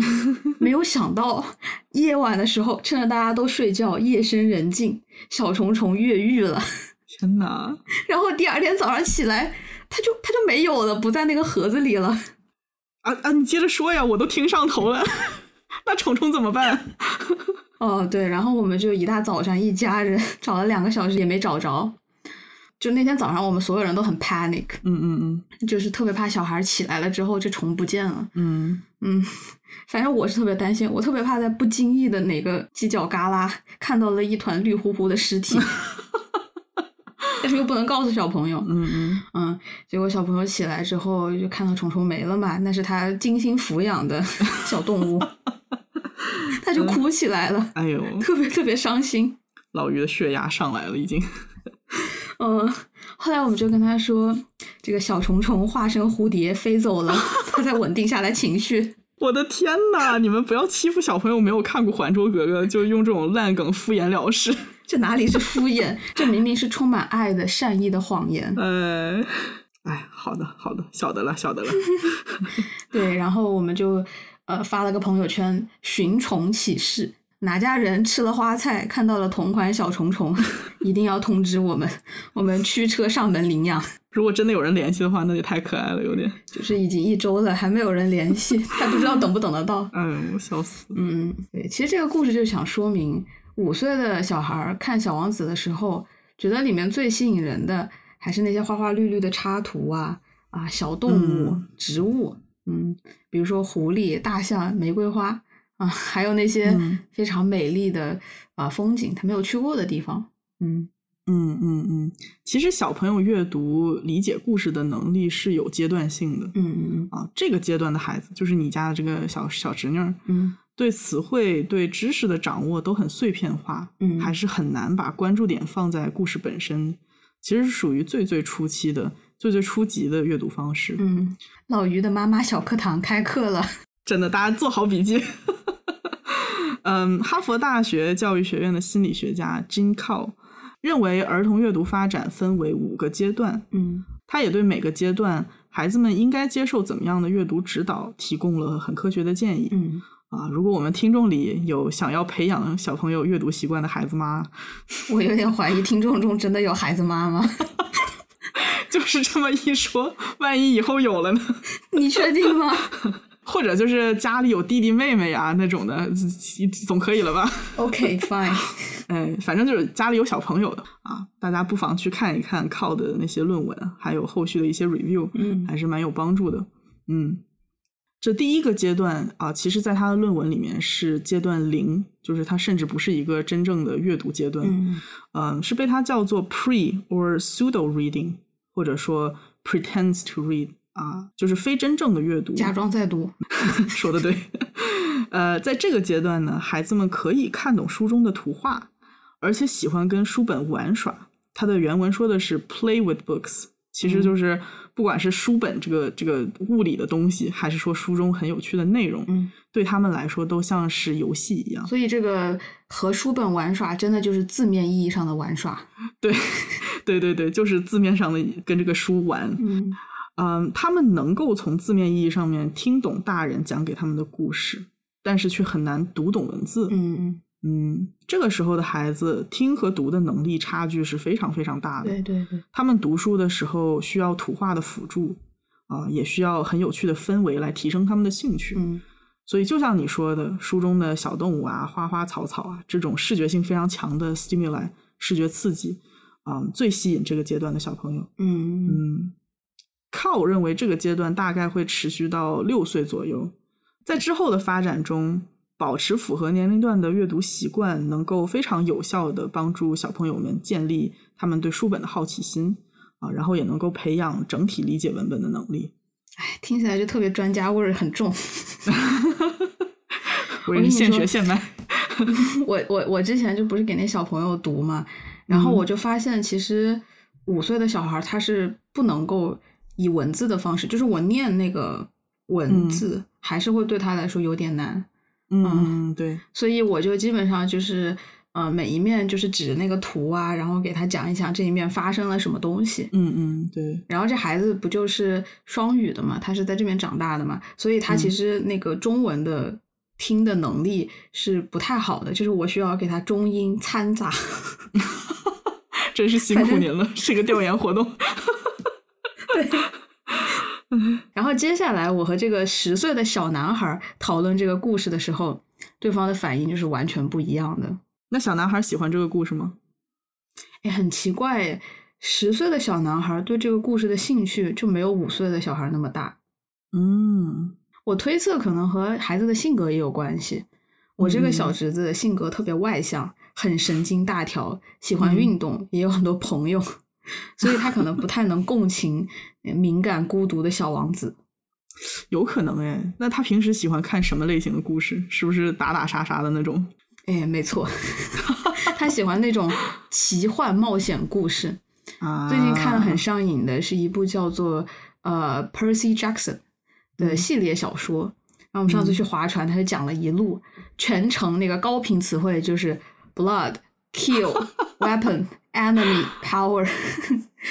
S2: 没有想到夜晚的时候，趁着大家都睡觉，夜深人静，小虫虫越狱了。
S1: 天哪，
S2: 然后第二天早上起来，它就它就没有了，不在那个盒子里了。
S1: 啊啊！你接着说呀，我都听上头了。 那虫虫怎么办？
S2: 哦，对，然后我们就一大早上一家人找了两个小时也没找着。就那天早上，我们所有人都很 panic，
S1: 嗯嗯
S2: 就是特别怕小孩起来了之后这虫不见了。
S1: 嗯
S2: 嗯，反正我是特别担心，我特别怕在不经意的哪个犄角旮旯看到了一团绿乎乎的尸体，但是又不能告诉小朋友。
S1: 嗯嗯
S2: 嗯，结果小朋友起来之后就看到虫虫没了嘛，那是他精心抚养的 小动物，他就哭起来了，
S1: 哎呦，
S2: 特别特别伤心。
S1: 老于的血压上来了，已经。
S2: 嗯，后来我们就跟他说，这个小虫虫化身蝴蝶飞走了， 他才稳定下来情绪。
S1: 我的天哪！你们不要欺负小朋友，没有看过《还珠格格》就用这种烂梗敷衍了事。
S2: 这哪里是敷衍？这明明是充满爱的善意的谎言。
S1: 呃，哎，好的好的，晓得了晓得了。
S2: 对，然后我们就呃发了个朋友圈寻虫启事，哪家人吃了花菜，看到了同款小虫虫，一定要通知我们，我们驱车上门领养。
S1: 如果真的有人联系的话，那也太可爱了，有点。
S2: 就是已经一周了，还没有人联系，还不知道等不等得到。
S1: 哎呦，笑死。
S2: 嗯，对，其实这个故事就想说明，五岁的小孩儿看《小王子》的时候，觉得里面最吸引人的还是那些花花绿绿的插图啊啊，小动物、
S1: 嗯
S2: 植物，嗯，比如说狐狸、大象、玫瑰花啊，还有那些
S1: 嗯
S2: 非常美丽的啊风景，他没有去过的地方。嗯
S1: 嗯嗯嗯，其实小朋友阅读理解故事的能力是有阶段性的。
S2: 嗯嗯
S1: 啊，这个阶段的孩子，就是你家的这个小小侄女儿，
S2: 嗯
S1: 对词汇、对知识的掌握都很碎片化，
S2: 嗯
S1: 还是很难把关注点放在故事本身。其实是属于最最初期的、最最初级的阅读方式。
S2: 嗯嗯，老于的妈妈小课堂开课了。
S1: 真的，大家做好笔记。 嗯，哈佛大学教育学院的心理学家金靠认为，儿童阅读发展分为五个阶段。
S2: 嗯
S1: 他也对每个阶段孩子们应该接受怎么样的阅读指导提供了很科学的建议。
S2: 嗯，
S1: 啊，如果我们听众里有想要培养小朋友阅读习惯的孩子吗？
S2: 我有点怀疑听众中真的有孩子妈妈，
S1: 就是这么一说，万一以后有了呢？
S2: 你确定吗？
S1: 或者就是家里有弟弟妹妹啊那种的，总可以了吧？
S2: OK fine，
S1: 嗯，反正就是家里有小朋友的啊，大家不妨去看一看靠的那些论文，还有后续的一些 review，
S2: 嗯
S1: 还是蛮有帮助的。嗯，这第一个阶段啊，其实在他的论文里面是阶段零，就是它甚至不是一个真正的阅读阶段，
S2: 嗯
S1: 嗯，是被它叫做 pre or pseudo reading，或者说 pretends to read 啊，就是非真正的阅读。
S2: 假装在读，
S1: 说的对。呃，在这个阶段呢，孩子们可以看懂书中的图画，而且喜欢跟书本玩耍。它的原文说的是 “play with books”，其实就是不管是书本这个这个物理的东西，还是说书中很有趣的内容，
S2: 嗯，
S1: 对他们来说都像是游戏一样。
S2: 所以这个和书本玩耍真的就是字面意义上的玩耍，
S1: 对， 对对对，就是字面上的跟这个书玩。
S2: 嗯
S1: 嗯，他们能够从字面意义上面听懂大人讲给他们的故事，但是却很难读懂文字。
S2: 嗯
S1: 嗯，这个时候的孩子听和读的能力差距是非常非常大
S2: 嗯，
S1: 的。
S2: 对对对，
S1: 他们读书的时候需要图画的辅助，啊、也需要很有趣的氛围来提升他们的兴趣。
S2: 嗯
S1: 所以，就像你说的，书中的小动物啊、花花草草啊，这种视觉性非常强的 stimuli 视觉刺激，啊、最吸引这个阶段的小朋友。
S2: 嗯
S1: 嗯，靠认为这个阶段大概会持续到六岁左右，在之后的发展中，保持符合年龄段的阅读习惯，能够非常有效的帮助小朋友们建立他们对书本的好奇心啊，然后也能够培养整体理解文本的能力。
S2: 哎，听起来就特别专家味儿很重。
S1: 我也
S2: 跟
S1: 是
S2: 你
S1: 现
S2: 说
S1: 学现卖。
S2: 我我我之前就不是给那小朋友读嘛，然后
S1: 嗯
S2: 我就发现，其实五岁的小孩儿他是不能够以文字的方式，就是我念那个文
S1: 嗯
S2: 字，还是会对他来说有点难。
S1: 嗯，对，
S2: 所以我就基本上就是，呃，每一面就是指那个图啊，然后给他讲一讲这一面发生了什么东西。
S1: 嗯嗯对，
S2: 然后这孩子不就是双语的嘛，他是在这边长大的嘛，所以他其
S1: 嗯
S2: 实那个中文的听的能力是不太好的，就是我需要给他中英掺杂。
S1: 真是辛
S2: 反
S1: 苦
S2: 正
S1: 您了，是个调研活动。
S2: 然后接下来我和这个十岁的小男孩讨论这个故事的时候，对方的反应就是完全不一样的。
S1: 那小男孩喜欢这个故事吗？
S2: 哎，很奇怪诶，十岁的小男孩对这个故事的兴趣就没有五岁的小孩那么大。
S1: 嗯
S2: 我推测可能和孩子的性格也有关系。我这个小
S1: 嗯
S2: 侄子的性格特别外向，很神经大条，喜欢运动，也有很多朋友， 所以他可能不太能共情呃敏感孤独的小王子。
S1: 有可能哎，那他平时喜欢看什么类型的故事？是不是打打杀杀的那种？
S2: 哎，没错， 他喜欢那种奇幻冒险故事。
S1: 啊，
S2: 最近看了很上瘾的是一部叫做呃 Percy Jackson 的
S1: 嗯
S2: 系列小说。然后我们上次去划船，他就讲了一路，全程那个高频词汇就是 blood、kill、weapon、enemy、power，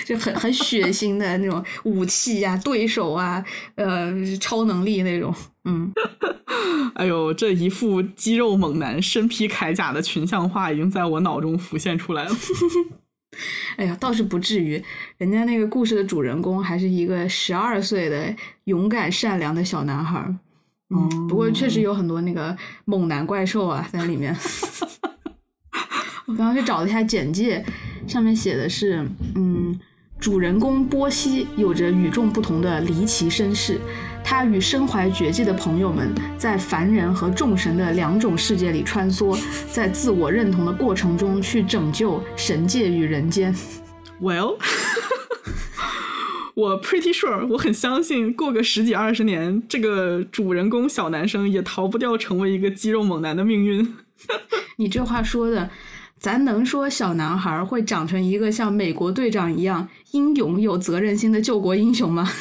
S2: 就很很血腥的那种武器啊、对手啊、呃超能力那种。嗯，
S1: 哎呦，这一副肌肉猛男、身披铠甲的群像化已经在我脑中浮现出来了。
S2: 哎呀，倒是不至于，人家那个故事的主人公还是一个十二岁的勇敢善良的小男孩儿。嗯，不过确实有很多那个猛男怪兽啊在里面。 我刚刚去找了一下简介，上面写的是，嗯，主人公波西有着与众不同的离奇身世，他与身怀绝技的朋友们在凡人和众神的两种世界里穿梭，在自我认同的过程中去拯救神界与人间。
S1: Well，我 pretty sure，我很相信，过个十几二十年，这个主人公小男生也逃不掉成为一个肌肉猛男的命运。
S2: 你这话说的，咱能说小男孩会长成一个像美国队长一样英勇有责任心的救国英雄吗？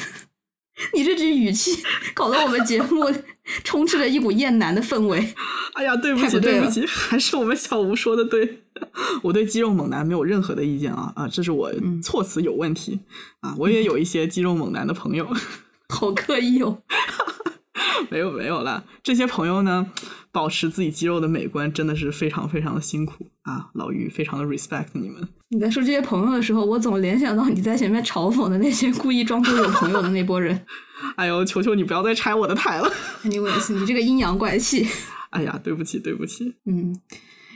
S2: 你这句语气搞得我们节目 充斥着一股厌男的氛围。
S1: 哎呀，对不
S2: 太
S1: 起，
S2: 不对
S1: 对不
S2: 了
S1: 起， 还是我们小吴说的对。 我对肌肉猛男没有任何的意见啊啊，这是我
S4: 嗯
S1: 措辞有问题、啊。我也有一些肌肉猛男的朋友，
S2: 好刻意哦，
S1: 没有没有啦。这些朋友呢，保持自己肌肉的美观真的是非常非常的辛苦啊。老于非常的 respect 你们。
S2: 你在说这些朋友的时候，我总联想到你在前面嘲讽的那些故意装作有朋友的那波人。
S1: 哎呦，求求你不要再拆我的台了。
S2: Anyways，你这个阴阳怪气。
S1: 哎呀，对不起对不起。
S2: 嗯，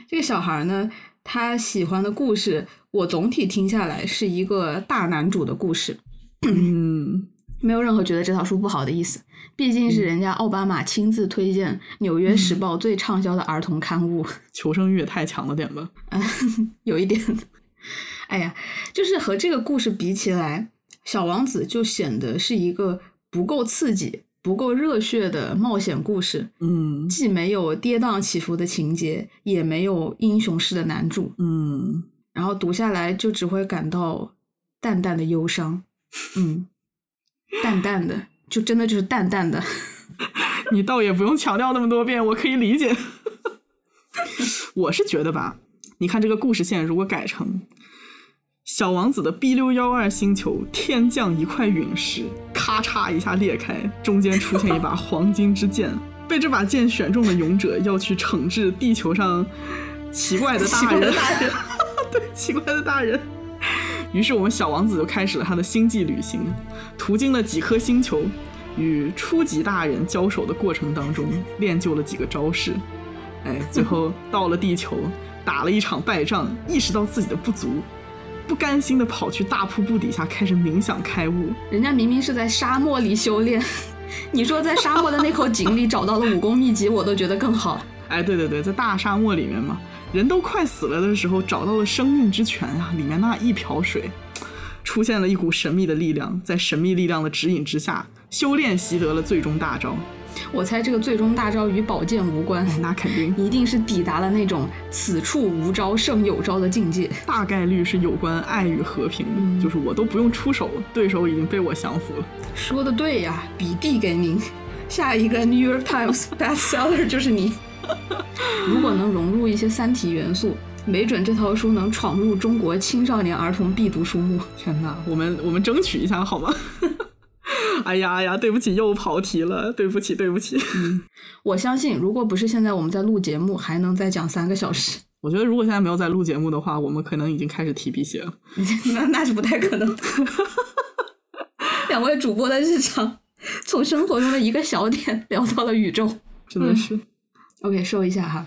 S2: 这个小孩呢，他喜欢的故事，我总体听下来是一个大男主的故事，
S1: 嗯，
S2: 没有任何觉得这套书不好的意思。毕竟是人家奥巴马亲自推荐《纽约时报》最畅销的儿童刊物。
S1: 求生欲也太强了点吧。
S2: 有一点。哎呀，就是和这个故事比起来，《小王子》就显得是一个不够刺激、不够热血的冒险故事，
S1: 嗯
S2: 既没有跌宕起伏的情节，也没有英雄式的男主，
S1: 嗯。
S2: 然后读下来就只会感到淡淡的忧伤，嗯，淡淡的，就真的就是淡淡的。
S1: 你倒也不用强调那么多遍，我可以理解。我是觉得吧，你看这个故事线如果改成《小王子》的 B 六幺二星球天降一块陨石，咔嚓一下裂开，中间出现一把黄金之剑，被这把剑选中的勇者要去惩治地球上奇怪的
S2: 奇
S1: 大
S2: 怪的
S1: 人， 对奇怪的大人。于是我们小王子就开始了他的星际旅行，途经了几颗星球，与初级大人交手的过程当中，练就了几个招式。哎，最后到了地球，打了一场败仗，意识到自己的不足，不甘心的跑去大瀑布底下开始冥想开悟。
S2: 人家明明是在沙漠里修炼， 你说在沙漠的那口井里找到了武功秘籍，我都觉得更好。
S1: 哎，对对对，在大沙漠里面嘛，人都快死了的时候，找到了生命之泉啊，里面那一瓢水，出现了一股神秘的力量，在神秘力量的指引之下，修炼习得了最终大招。
S2: 我猜这个最终大招与宝剑无关，
S1: 哎，那肯定。
S2: 一定是抵达了那种此处无招胜有招的境界。
S1: 大概率是有关爱与和平的，
S2: 嗯
S1: 就是我都不用出手，对手已经被我降服了。
S2: 说的对呀，笔递给您。下一个 New York Times bestseller 就是你。 如果能融入一些三体元素，没准这套书能闯入中国青少年儿童必读书目。
S1: 天哪，我们我们争取一下好吗？哎呀哎呀，对不起，又跑题了，对不起对不起。
S2: 我相信，如果不是现在我们在录节目，还能再讲三个小时。
S1: 我觉得如果现在没有在录节目的话，我们可能已经开始提鼻血了。
S2: 那那是不太可能的。两位主播的日常，从生活中的一个小点聊到了宇宙。
S1: 真的是，
S2: OK，说一下哈。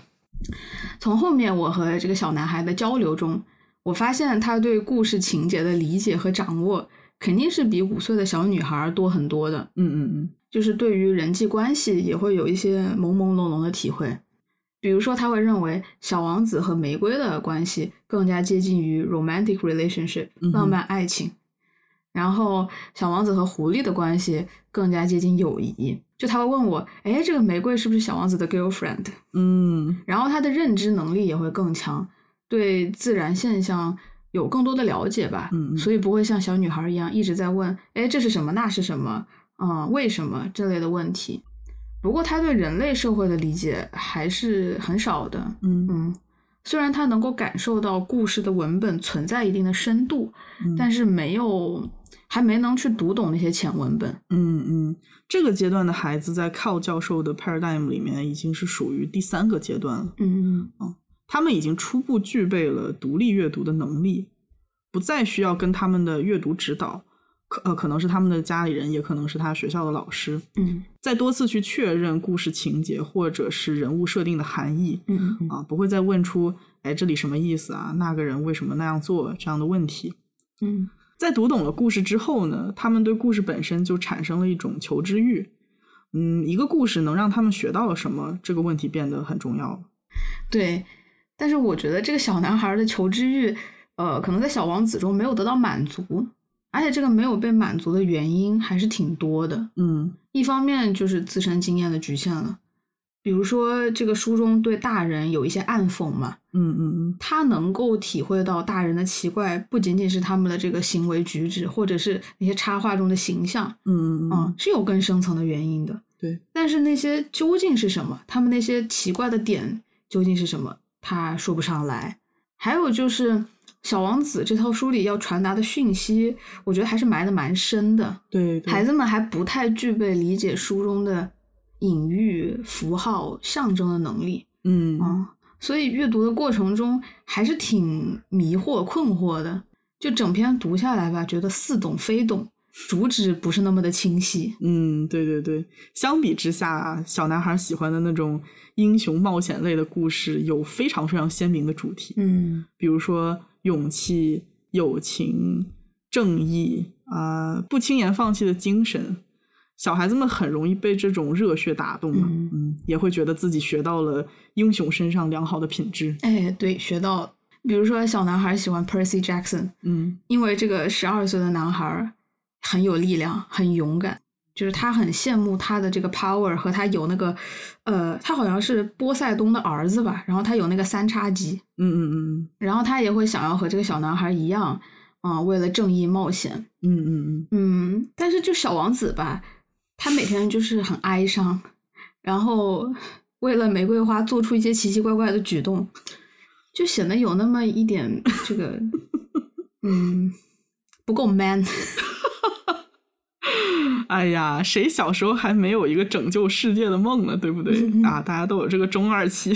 S2: 从后面我和这个小男孩的交流中，我发现他对故事情节的理解和掌握，肯定是比五岁的小女孩多很多的。
S1: 嗯嗯嗯，
S2: 就是对于人际关系也会有一些朦朦胧胧的体会。比如说，他会认为小王子和玫瑰的关系更加接近于 romantic relationship、
S1: 嗯哼
S2: 浪漫爱情，然后小王子和狐狸的关系更加接近友谊。就他会问我，哎，这个玫瑰是不是小王子的 girlfriend？
S1: 嗯
S2: 然后他的认知能力也会更强，对自然现象有更多的了解吧。
S1: 嗯嗯
S2: 所以不会像小女孩一样一直在问，哎，这是什么？那是什么？嗯，为什么这类的问题。不过他对人类社会的理解还是很少的。
S1: 嗯
S2: 嗯，虽然他能够感受到故事的文本存在一定的深度，
S1: 嗯
S2: 但是没有还没能去读懂那些浅文本。
S1: 嗯嗯，这个阶段的孩子在靠教授的 paradigm 里面已经是属于第三个阶段了。
S2: 嗯
S1: 他们已经初步具备了独立阅读的能力，不再需要跟他们的阅读指导，可呃可能是他们的家里人，也可能是他学校的老师，
S2: 嗯
S1: 再多次去确认故事情节或者是人物设定的含义
S2: 嗯嗯
S1: 啊，不会再问出哎这里什么意思啊，那个人为什么那样做这样的问题。
S2: 嗯
S1: 在读懂了故事之后呢，他们对故事本身就产生了一种求知欲。嗯，一个故事能让他们学到了什么，这个问题变得很重要了。
S2: 对，但是我觉得这个小男孩儿的求知欲，呃，可能在小王子中没有得到满足，而且这个没有被满足的原因还是挺多的。
S1: 嗯
S2: 一方面就是自身经验的局限了，比如说这个书中对大人有一些暗讽嘛，
S1: 嗯嗯
S2: 他能够体会到大人的奇怪，不仅仅是他们的这个行为举止，或者是那些插画中的形象，
S1: 嗯嗯嗯
S2: 嗯，是有更深层的原因的。
S1: 对，
S2: 但是那些究竟是什么？他们那些奇怪的点究竟是什么？他说不上来。还有就是《小王子》这套书里要传达的讯息，我觉得还是埋的蛮深的。
S1: 对对，
S2: 孩子们还不太具备理解书中的隐喻、符号、象征的能力
S1: 嗯
S2: 啊、嗯所以阅读的过程中还是挺迷惑、困惑的。就整篇读下来吧，觉得似懂非懂，主旨不是那么的清晰。
S1: 嗯，对对对，相比之下啊，小男孩喜欢的那种英雄冒险类的故事有非常非常鲜明的主题，
S2: 嗯
S1: 比如说勇气、友情、正义啊、不轻言放弃的精神。小孩子们很容易被这种热血打动嘛，
S2: 嗯
S1: 嗯，也会觉得自己学到了英雄身上良好的品质，，
S2: 哎，对，学到了。比如说，小男孩喜欢 Percy Jackson，
S1: 嗯
S2: 因为这个十二岁的男孩很有力量，很勇敢，就是他很羡慕他的这个 power 和他有那个，呃，他好像是波塞冬的儿子吧，然后他有那个三叉戟，
S1: 嗯嗯
S2: 然后他也会想要和这个小男孩一样，啊、为了正义冒险。
S1: 嗯嗯嗯
S2: 嗯，但是就小王子吧，他每天就是很哀伤，然后为了玫瑰花做出一些奇奇怪怪的举动，就显得有那么一 点这个，嗯，不够 man。
S1: 嗯，哎呀，谁小时候还没有一个拯救世界的梦呢？对不对啊？大家都有这个中二期。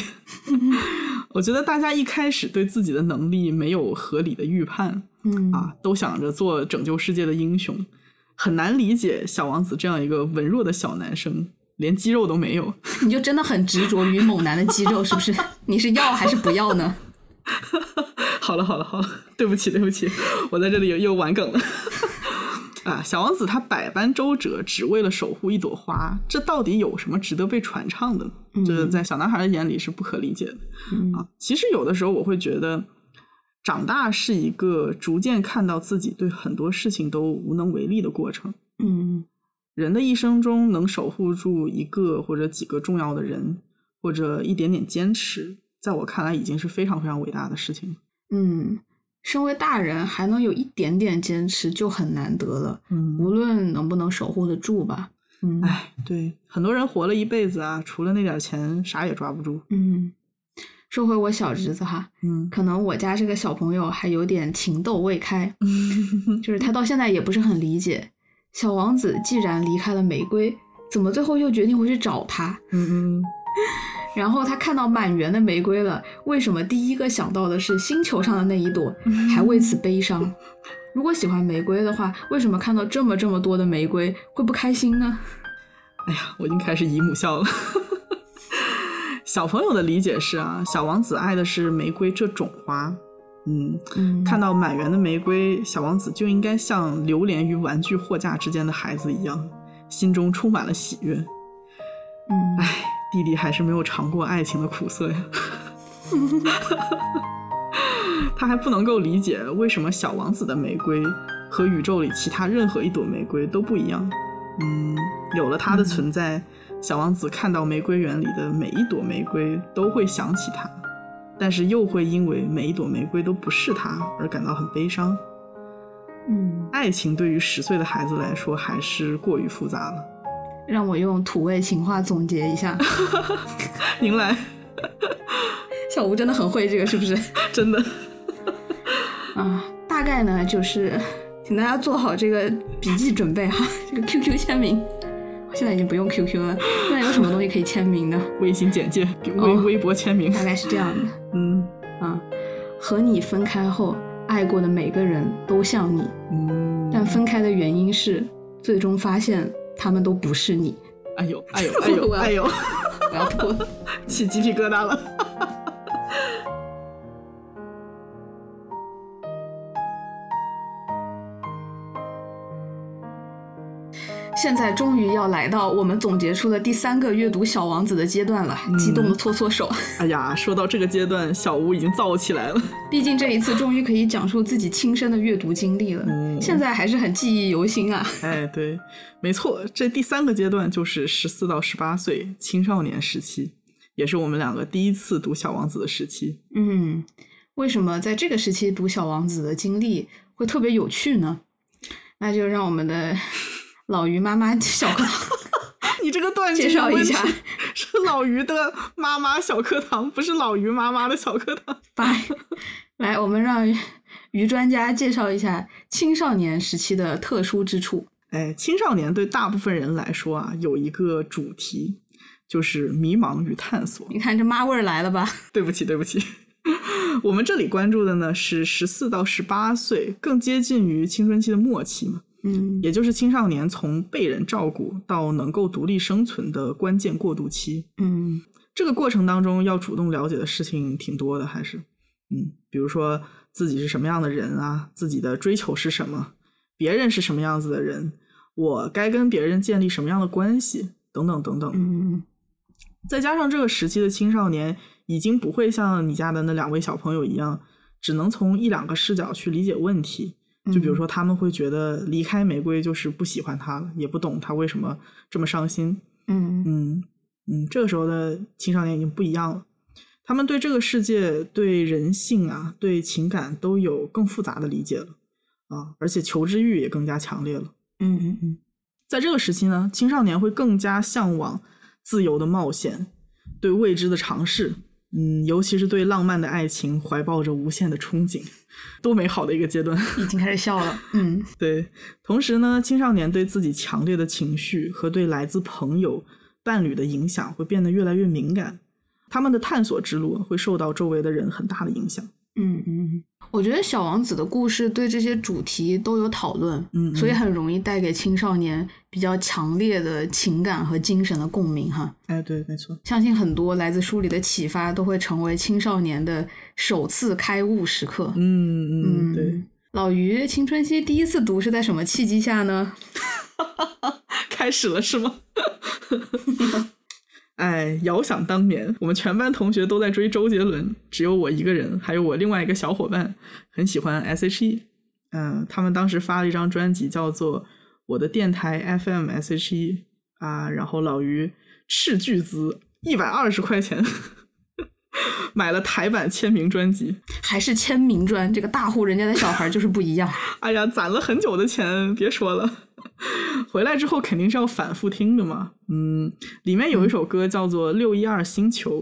S1: 我觉得大家一开始对自己的能力没有合理的预判，
S2: 嗯，
S1: 啊，都想着做拯救世界的英雄，很难理解小王子这样一个文弱的小男生，连肌肉都没有。
S2: 你就真的很执着于猛男的肌肉，是不是？ 你是要还是不要呢？
S1: 好了好了好了，对不起对不起，我在这里又又玩梗了。 啊，小王子他百般周折，只为了守护一朵花，这到底有什么值得被传唱的呢？
S2: 嗯
S1: 这在小男孩的眼里是不可理解的。啊，其实有的时候我会觉得，长大是一个逐渐看到自己对很多事情都无能为力的过程。
S2: 嗯
S1: 人的一生中能守护住一个或者几个重要的人，或者一点点坚持，在我看来已经是非常非常伟大的事情了。
S2: 嗯，身为大人还能有一点点坚持就很难得了，
S1: 嗯，
S2: 无论能不能守护得住吧。嗯，
S1: 哎，对，很多人活了一辈子啊，除了那点钱，啥也抓不住。
S2: 嗯，说回我小侄子哈，
S1: 嗯
S2: 可能我家这个小朋友还有点情窦 未开，就是他到现在也不是很理解，小王子既然离开了玫瑰，怎么最后又决定回去找他？
S1: 嗯嗯，
S2: 然后他看到满园的玫瑰了，为什么第一个想到的是星球上的那一朵，还为此悲伤？如果喜欢玫瑰的话，为什么看到这么这么多的玫瑰会不开心呢？
S1: 哎呀，我已经开始姨母笑了。 小朋友的理解是啊，小王子爱的是玫瑰这种花。嗯，
S2: 嗯
S1: 看到满园的玫瑰，小王子就应该像流连于玩具货架之间的孩子一样，心中充满了喜悦。
S2: 嗯，
S1: 唉，弟弟还是没有尝过爱情的苦涩呀。 他还不能够理解为什么小王子的玫瑰和宇宙里其他任何一朵玫瑰都不一样。嗯，有了它的存在，小王子看到玫瑰园里的每一朵玫瑰都会想起它，但是又会因为每一朵玫瑰都不是它而感到很悲伤。
S2: 嗯，
S1: 爱情对于十岁的孩子来说还是过于复杂了。
S2: 让我用土味情话总结一下。
S1: 您来，
S2: 小吴真的很会这个，是不是？
S1: 真的，
S2: 啊，大概呢就是， 请大家做好这个笔记准备哈， 这个 QQ 签名。现在已经不用 QQ 了，现在有什么东西可以签名 呢？
S1: 微信简介，微
S2: 哦
S1: 微博签名。
S2: 大概是这样的
S1: 嗯
S2: 啊，和你分开后，爱过的每个人都像你，
S1: 嗯，
S2: 但分开的原因是，最终发现他们都不是 你。
S1: 哎呦哎呦哎呦
S2: 我要
S1: 哎呦，
S2: 我要吐了。
S1: 起鸡皮疙瘩了。
S2: 现在终于要来到我们总结出的第三个阅读《小王子》的阶段了，激动的搓搓手。
S1: 哎呀，说到这个阶段，小吴已经燥起来了。
S2: 毕竟这一次终于可以讲述自己亲身的阅读经历了，
S1: 嗯
S2: 现在还是很记忆犹新啊。
S1: 哎，对，没错，这第三个阶段就是十四到十八岁青少年时期。也是我们两个第一次读《小王子》的时期。
S2: 嗯，为什么在这个时期读《小王子》的经历会特别有趣呢？那就让我们的老于妈妈小 课堂
S1: 你这个段子
S2: 介绍
S1: 有
S2: 一
S1: 问题
S2: 下，
S1: 是 老于的妈妈小课堂，不是老于妈妈的小课堂。
S2: 拜。来，我们让于专家介绍一下青少年时期的特殊之处。
S1: 哎，青少年对大部分人来说啊，有一个主题，就是迷茫与探索。
S2: 你看这妈味儿来了吧？
S1: 对不起， 对不起。我们这里关注的呢是十四到十八岁，更接近于青春期的末期嘛，
S2: 嗯
S1: 也就是青少年从被人照顾到能够独立生存的关键过渡期。
S2: 嗯
S1: 这个过程当中，要主动了解的事情挺多的，还是嗯，比如说自己是什么样的人啊，自己的追求是什么，别人是什么样子的人，我该跟别人建立什么样的关系，等等等等。
S2: 嗯
S1: 再加上这个时期的青少年已经不会像你家的那两位小朋友一样，只能从一两个视角去理解问题。就
S2: 嗯
S1: 比如说，他们会觉得离开玫瑰就是不喜欢他了，也不懂他为什么这么伤心。
S2: 嗯
S1: 嗯嗯，这个时候的青少年已经不一样了，他们对这个世界、对人性啊、对情感都有更复杂的理解了啊，而且求知欲也更加强烈了。
S2: 嗯嗯嗯
S1: 在这个时期呢，青少年会更加向往自由的冒险，对未知的尝试，嗯，尤其是对浪漫的爱情怀抱着无限的憧憬，多美好的一个阶段。
S2: 嗯，已经开始笑了。嗯
S1: 对，同时呢，青少年对自己强烈的情绪和对来自朋友、伴侣的影响会变得越来越敏感，他们的探索之路会受到周围的人很大的影响。
S2: 嗯嗯，我觉得《小王子》的故事对这些主题都有讨论，
S1: 嗯嗯
S2: 所以很容易带给青少年比较强烈的情感和精神的共鸣哈。
S1: 哎，对，没错，
S2: 相信很多来自书里的启发都会成为青少年的首次开悟时刻。
S1: 嗯嗯，对，，
S2: 老于青春期第一次读是在什么契机下呢？
S1: 开始了是吗？哎，遥想当年，我们全班同学都在追周杰伦，只有我一个人，还有我另外一个小伙伴很喜欢 S.H.E。嗯、他们当时发了一张专辑，叫做《我的电台 FM S.H.E》啊，然后老于斥巨资一百二十块钱 买了台版签名专辑，
S2: 还是签名专？这个大户人家的小孩就是不一样。
S1: 哎呀，攒了很久的钱，别说了。回来之后肯定是要反复听的嘛。嗯，里面有一首歌叫做《六一二星球》，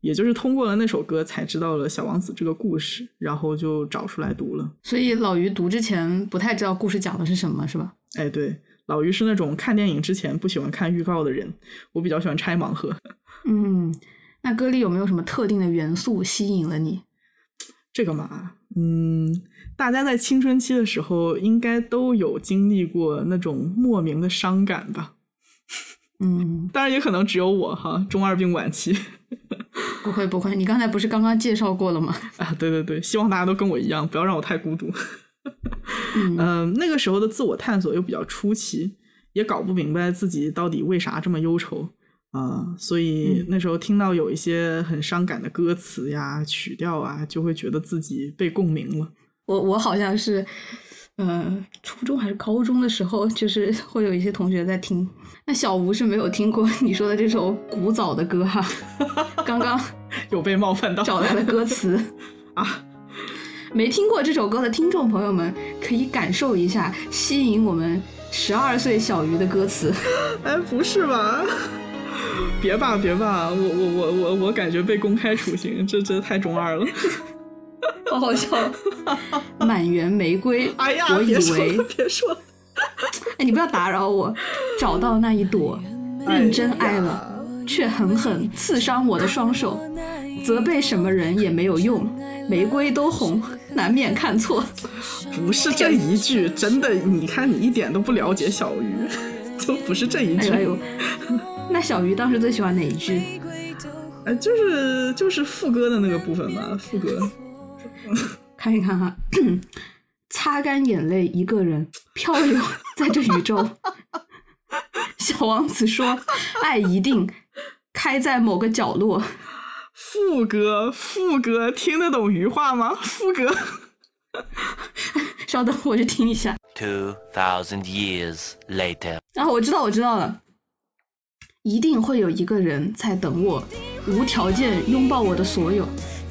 S1: 也就是通过了那首歌才知道了《小王子》这个故事，然后就找出来读了。
S2: 所以老于读之前不太知道故事讲的是什么，是吧？
S1: 哎，对，老于是那种看电影之前不喜欢看预告的人，我比较喜欢拆盲盒。
S2: 嗯，那歌里有没有什么特定的元素吸引了你？
S1: 这个嘛，嗯，大家在青春期的时候应该都有经历过那种莫名的伤感吧？
S2: 嗯，
S1: 当然，也可能只有我哈，中二病晚期。
S2: 不会不会，你刚才不是刚刚介绍过了吗？
S1: 啊，对对对，希望大家都跟我一样，不要让我太孤独。
S2: 嗯
S1: 嗯，那个时候的自我探索又比较初期，也搞不明白自己到底为啥这么忧愁啊、所以
S2: 嗯
S1: 那时候听到有一些很伤感的歌词呀、曲调啊，就会觉得自己被共鸣了。
S2: 我我好像是，呃，初中还是高中的时候，就是会有一些同学在听。那小吴是没有听过你说的这首古早的歌哈、 刚刚
S1: 有被冒犯到
S2: 找来的歌词。
S1: 啊？
S2: 没听过这首歌的听众朋友们，可以感受一下吸引我们十二岁小鱼的歌词。
S1: 哎，不是吧？ 别吧，别吧，我我我我我感觉被公开处刑，这这太中二了。
S2: 好好笑。满园玫瑰，
S1: 哎呀，
S2: 我以
S1: 别说
S2: 为
S1: 了，，别说了，
S2: 哎，你不要打扰我，找到那一朵，认真爱了，
S1: 了。
S2: 却狠狠刺伤我的双手，责备什么人也没有用，玫瑰都红，难免看错。
S1: 不是这一 句，真的，你看你一点都不了解小鱼， 就不是这一
S2: 哎
S1: 句，
S2: 呦哎呦， 那小鱼当时最喜欢哪一句？
S1: 呃，就是就是副歌的那个部分吧，副歌，
S2: 看一看哈， 擦干眼泪，一个人漂流在这宇宙。 小王子说：“爱一定开在某个角落。
S1: 副歌，副歌，听得懂鱼话吗？副歌，”
S2: 稍等，我去听一下。
S3: 2,000 years later.
S2: 啊，我知道，我知道了，一定会有一个人在等我，无条件拥抱我的所有。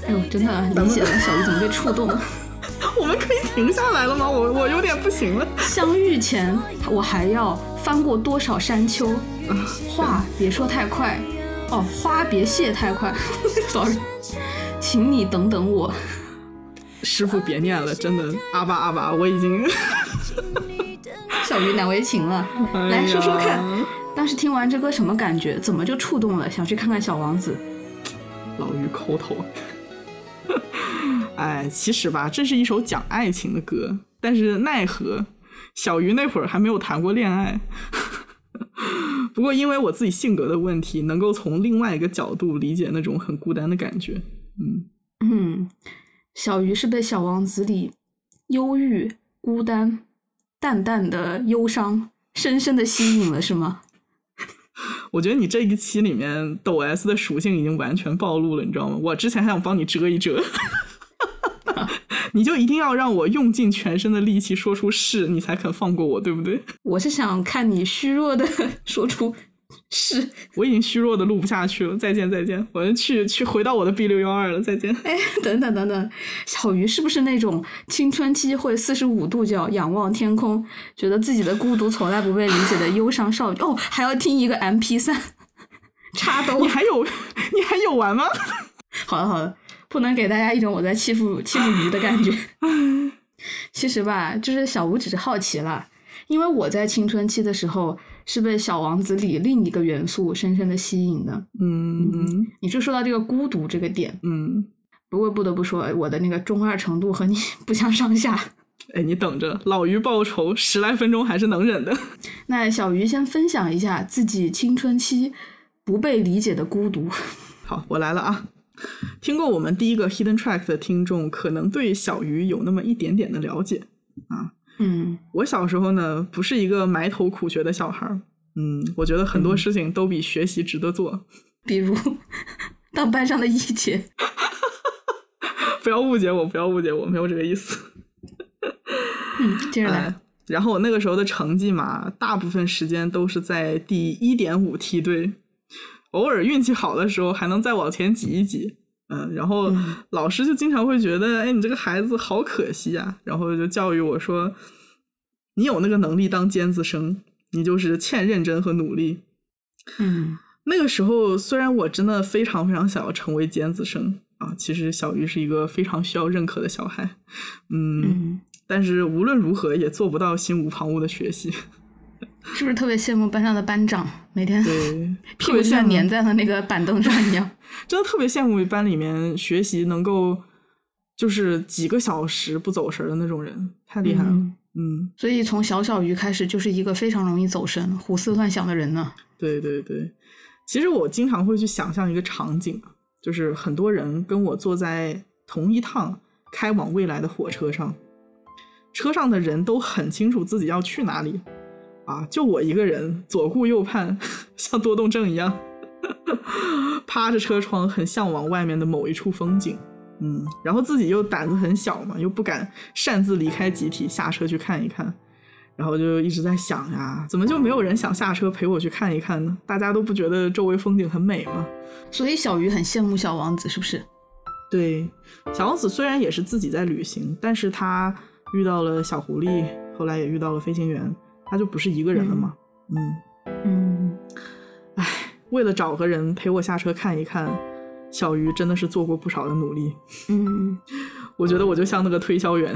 S2: 哎呦，真的，你写完小鱼怎么被触动了？
S1: 我们可以停下来了吗？我我有点不行了。
S2: 相遇前，我还要翻过多少山丘？话别说太快，哦，花别谢太快。sorry，请你等等我。
S1: 师傅别念了，真的阿巴阿巴，我已经
S2: 小鱼难为情了，来说说看，
S1: 哎呀
S2: 当时听完这歌什么感觉？怎么就触动了？想去看看小王子？
S1: 老于抠头。 哎，其实吧，这是一首讲爱情的歌，但是奈何小鱼那会儿还没有谈过恋爱。 不过因为我自己性格的问题，能够从另外一个角度理解那种很孤单的感觉。嗯，
S2: 嗯，小鱼是被《小王子》里忧郁、孤单、淡淡的忧伤深深的吸引了，是吗？
S1: 我觉得你这一期里面抖 S 的属性已经完全暴露了，你知道吗？我之前还想帮你遮一遮， 你就一定要让我用尽全身的力气说出是，你才肯放过我，对不对？
S2: 我是想看你虚弱的 说出是。
S1: 我已经虚弱的录不下去了，再见再见，我要去去回到我的 B 六幺二了，再见。
S2: 哎，等等等等，小鱼是不是那种青春期会四十五度角仰望天空，觉得自己的孤独从来不被理解的忧伤少女？哦，还要听一个 M P 三， 插兜
S1: 你。还有 你还有完吗？
S2: 好了好了，不能给大家一种我在欺负 欺负鱼的感觉。其实吧，就是小吴只是好奇了，因为我在青春期的时候是被《小王子》里另一个元素深深的吸引的。
S1: 嗯
S2: 你就说到这个孤独这个点，
S1: 嗯，
S2: 不过不得不说，我的那个中二程度和你 不相上下。
S1: 哎，你等着，老于报仇十来分钟还是能忍的。
S2: 那小鱼先分享一下自己青春期不被理解的孤独。
S1: 好，我来了啊！听过我们第一个 Hidden Track 的听众，可能对小鱼有那么一点点的了解。
S2: 嗯
S1: 我小时候呢，不是一个埋头苦学的小孩儿。嗯，我觉得很多事情都比学习值得做。
S2: 比如 当班上的一姐，
S1: 不要误解我，不要误解我，没有这个意思。
S2: 嗯，接着来。
S1: 哎，然后我那个时候的成绩嘛，大部分时间都是在第一点五梯队，偶尔运气好的时候还能再往前挤一挤。嗯，然后老师就经常会觉得，哎，你这个孩子好可惜啊，然后就教育我说，你有那个能力当尖子生，你就是欠认真和努力。
S2: 嗯
S1: 那个时候，虽然我真的非常非常想要成为尖子生啊，其实小鱼是一个非常需要认可的小孩，嗯
S2: 嗯。
S1: 但是无论如何也做不到心无旁骛的学习。
S2: 是不是特别羡慕班上的班长，每天
S1: 对，
S2: 屁
S1: 特
S2: 股
S1: 别
S2: 就像
S1: 羡慕
S2: 粘在了那个板凳上一样？
S1: 真的特别羡慕班里面学习能够就是几个小时不走神儿的那种人，太厉害了。嗯
S2: 嗯所以从小小鱼开始就是一个非常容易走神、胡思乱想的人呢。
S1: 对对对。其实我经常会去想象一个场景，啊就是很多人跟我坐在同一趟开往未来的火车上，车上的人都很清楚自己要去哪里，啊，就我一个人左顾右盼， 像多动症一样， 趴着车窗，很向往外面的某一处风景。嗯，然后自己又胆子很小嘛，又不敢擅自离开集体，下车去看一看，然后就一直在想呀、怎么就没有人想下车陪我去看一看呢？大家都不觉得周围风景很美吗？
S2: 所以小鱼很羡慕小王子，是不是？
S1: 对，小王子虽然也是自己在旅行，但是他遇到了小狐狸，后来也遇到了飞行员，他就不是一个人了嘛。嗯
S2: 嗯，
S1: 为了找个人陪我下车看一看，小鱼真的是做过不少的努力。
S2: 嗯，
S1: 我觉得我就像那个推销员，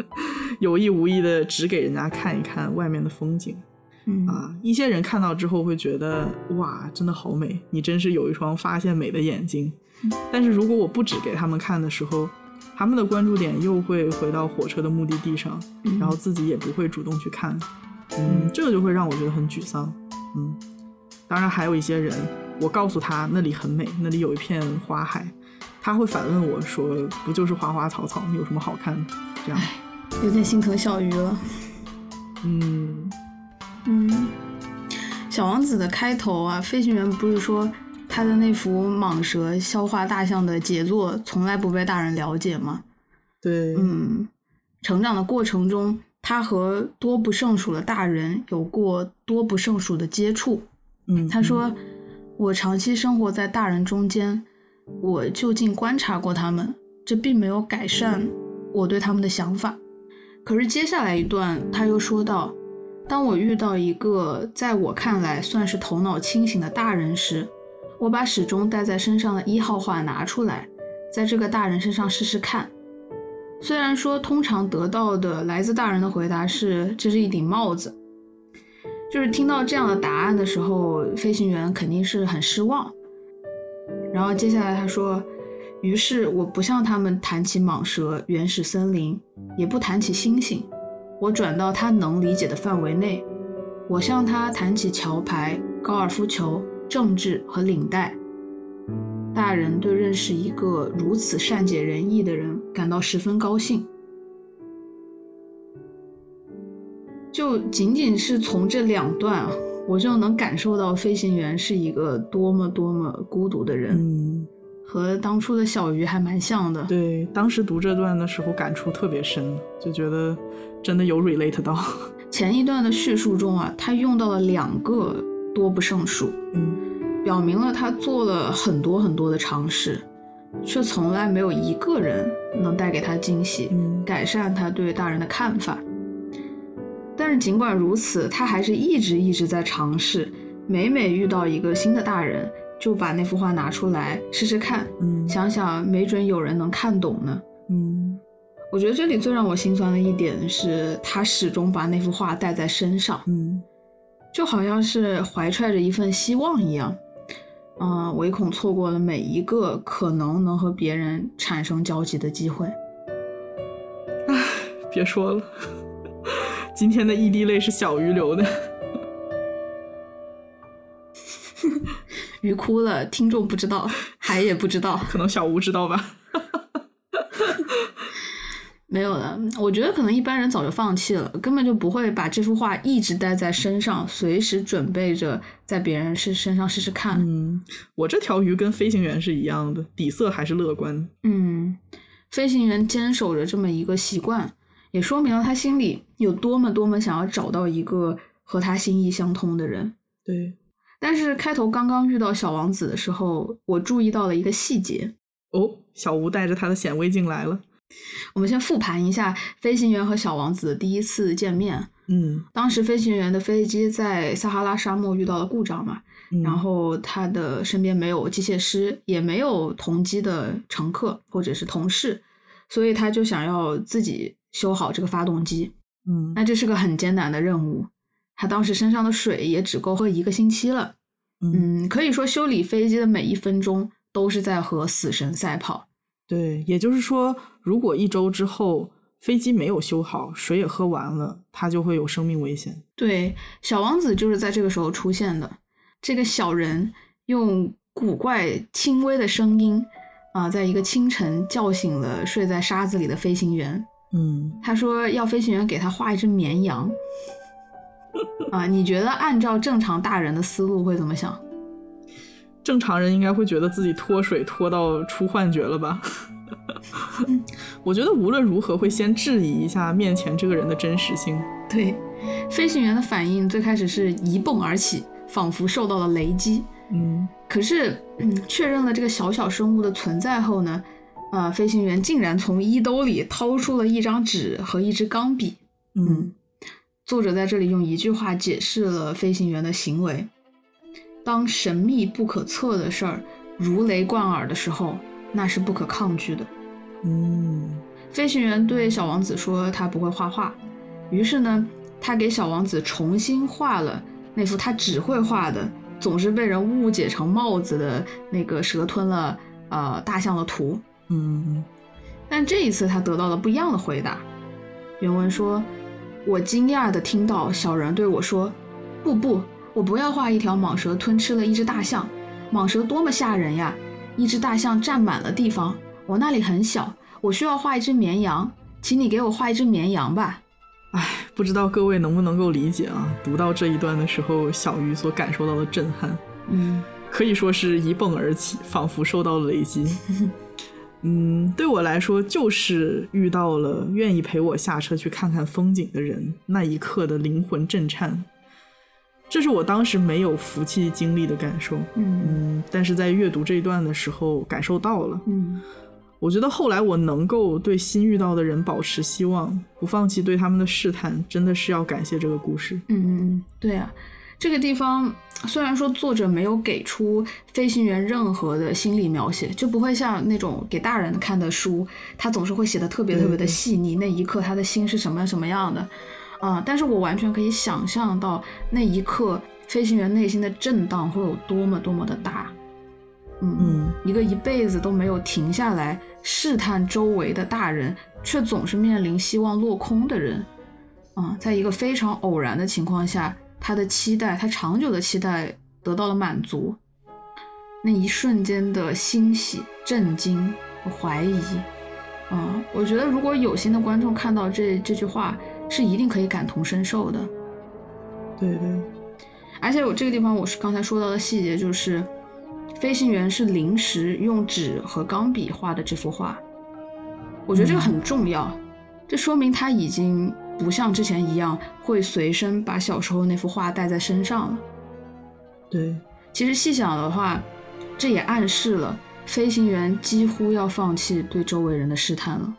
S1: 有意无意的只给人家看一看外面的风景
S2: 嗯，
S1: 啊。一些人看到之后会觉得哇，真的好美，你真是有一双发现美的眼睛。
S2: 嗯
S1: 但是如果我不只给他们看的时候，他们的关注点又会回到火车的目的地上，
S2: 嗯
S1: 然后自己也不会主动去看，嗯，这个就会让我觉得很沮丧，嗯。当然还有一些人，我告诉他那里很美，那里有一片花海，他会反问我说：“不就是花花草草，有什么好看的？”这样，
S2: 有点心疼小鱼了。
S1: 嗯，
S2: 嗯，小王子的开头啊，飞行员不是说他的那幅蟒蛇消化大象的杰作从来不被大人了解吗？
S1: 对，
S2: 嗯，成长的过程中，他和多不胜数的大人有过多不胜数的接触。
S1: 嗯，
S2: 他说，我长期生活在大人中间，我就近观察过他们，这并没有改善我对他们的想法。可是接下来一段，他又说道：“当我遇到一个在我看来算是头脑清醒的大人时，我把始终带在身上的一号话拿出来，在这个大人身上试试看。虽然说通常得到的来自大人的回答是这是一顶帽子，就是听到这样的答案的时候，飞行员肯定是很失望。然后接下来他说，于是我不向他们谈起蟒蛇、原始森林，也不谈起星星，我转到他能理解的范围内，我向他谈起桥牌、高尔夫球、政治和领带。大人对认识一个如此善解人意的人感到十分高兴。就仅仅是从这两段啊，我就能感受到飞行员是一个多么多么孤独的人，
S1: 嗯，
S2: 和当初的小鱼还蛮像的。
S1: 对，当时读这段的时候感触特别深，就觉得真的有 relate 到。
S2: 前一段的叙述中啊，他用到了两个多不胜数，
S1: 嗯
S2: 表明了他做了很多很多的尝试，却从来没有一个人能带给他惊喜。
S1: 嗯
S2: 改善他对大人的看法。但是尽管如此，他还是一直一直在尝试，每每遇到一个新的大人，就把那幅画拿出来试试看，
S1: 嗯
S2: 想想没准有人能看懂呢。
S1: 嗯
S2: 我觉得这里最让我心酸的一点是，他始终把那幅画带在身上，
S1: 嗯
S2: 就好像是怀揣着一份希望一样。嗯，唯恐错过了每一个可能能和别人产生交集的机会。
S1: 别说了， 今天的一滴泪是小鱼流的。
S2: 鱼哭了，听众不知道，海也不知道，
S1: 可能小吴知道
S2: 嗯
S1: 吧？
S2: 没有的。我觉得可能一般人早就放弃了，根本就不会把这幅画一直带在身上，随时准备着在别人身身上试试看。
S1: 嗯，我这条鱼跟飞行员是一样的，底色还是乐观。
S2: 嗯，飞行员坚守着这么一个习惯，也说明了他心里有多么多么想要找到一个和他心意相通的人。
S1: 对，
S2: 但是开头刚刚遇到小王子的时候，我注意到了一个细节。
S1: 哦，小吴带着他的显微镜来了。
S2: 我们先复盘一下飞行员和小王子的第一次见面。
S1: 嗯，
S2: 当时飞行员的飞机在撒哈拉沙漠遇到了故障嘛，
S1: 嗯
S2: 然后他的身边没有机械师，也没有同机的乘客或者是同事，所以他就想要自己修好这个发动机。
S1: 嗯
S2: 那这是个很艰难的任务，他当时身上的水也只够喝一个星期了。
S1: 嗯，
S2: 嗯，可以说修理飞机的每一分钟都是在和死神赛跑。
S1: 对，也就是说，如果一周之后飞机没有修好，水也喝完了，他就会有生命危险。
S2: 对，小王子就是在这个时候出现的。这个小人用古怪轻微的声音啊，在一个清晨叫醒了睡在沙子里的飞行员。
S1: 嗯
S2: 他说要飞行员给他画一只绵羊。啊，你觉得按照正常大人的思路会怎么想？
S1: 正常人应该会觉得自己脱水脱到出幻觉了吧？ 我觉得无论如何会先质疑一下面前这个人的真实性。
S2: 对，飞行员的反应最开始是一蹦而起，仿佛受到了雷击。
S1: 嗯
S2: 可是，嗯，确认了这个小小生物的存在后呢，呃，飞行员竟然从衣兜里掏出了一张纸和一支钢笔。
S1: 嗯，
S2: 作者在这里用一句话解释了飞行员的行为：当神秘不可测的事儿如雷贯耳的时候，那是不可抗拒的。
S1: 嗯
S2: 飞行员对小王子说他不会画画，于是呢，他给小王子重新画了那幅他只会画的，总是被人误解成帽子的那个蛇吞了呃大象的图。
S1: 嗯
S2: 但这一次他得到了不一样的回答。原文说：“我惊讶地听到小人对我说，不不，我不要画一条蟒蛇吞吃了一只大象。蟒蛇多么吓人呀！一只大象占满了地方，我那里很小，我需要画一只绵羊，请你给我画一只绵羊吧。
S1: 不知道各位能不能够理解啊？读到这一段的时候，小鱼所感受到的震撼，”
S2: 嗯，
S1: 可以说是一蹦而起，仿佛受到了雷 击。嗯，对我来说，就是遇到了愿意陪我下车去看看风景的人，那一刻的灵魂震颤。这是我当时没有福气经历的感受，
S5: 嗯
S1: 嗯，但是在阅读这一段的时候感受到了。
S5: 嗯
S1: 我觉得后来我能够对新遇到的人保持希望，不放弃对他们的试探，真的是要感谢这个故事。
S5: 嗯嗯
S2: 对啊，这个地方虽然说作者没有给出飞行员任何的心理描写，就不会像那种给大人看的书，他总是会写的特别
S1: 对
S2: 特别的
S1: 对
S2: 细腻，那一刻他的心是什么什么样的，啊、但是我完全可以想象到那一刻飞行员内心的震荡会有多么多么的大，嗯
S1: 嗯，
S2: 一个一辈子都没有停下来试探周围的大人，却总是面临希望落空的人，啊、在一个非常偶然的情况下，他的期待，他长久的期待得到了满足，那一瞬间的欣喜、震惊、怀疑，啊、我觉得如果有心的观众看到这这句话，是一定可以感同身受的。
S1: 对对，
S2: 而且我这个地方我是刚才说到的细节，就是飞行员是临时用纸和钢笔画的这幅画，我觉得这个很重要，这说明他已经不像之前一样会随身把小时候那幅画带在身上了。
S1: 对，
S2: 其实细想的话，这也暗示了飞行员几乎要放弃对周围人的试探了。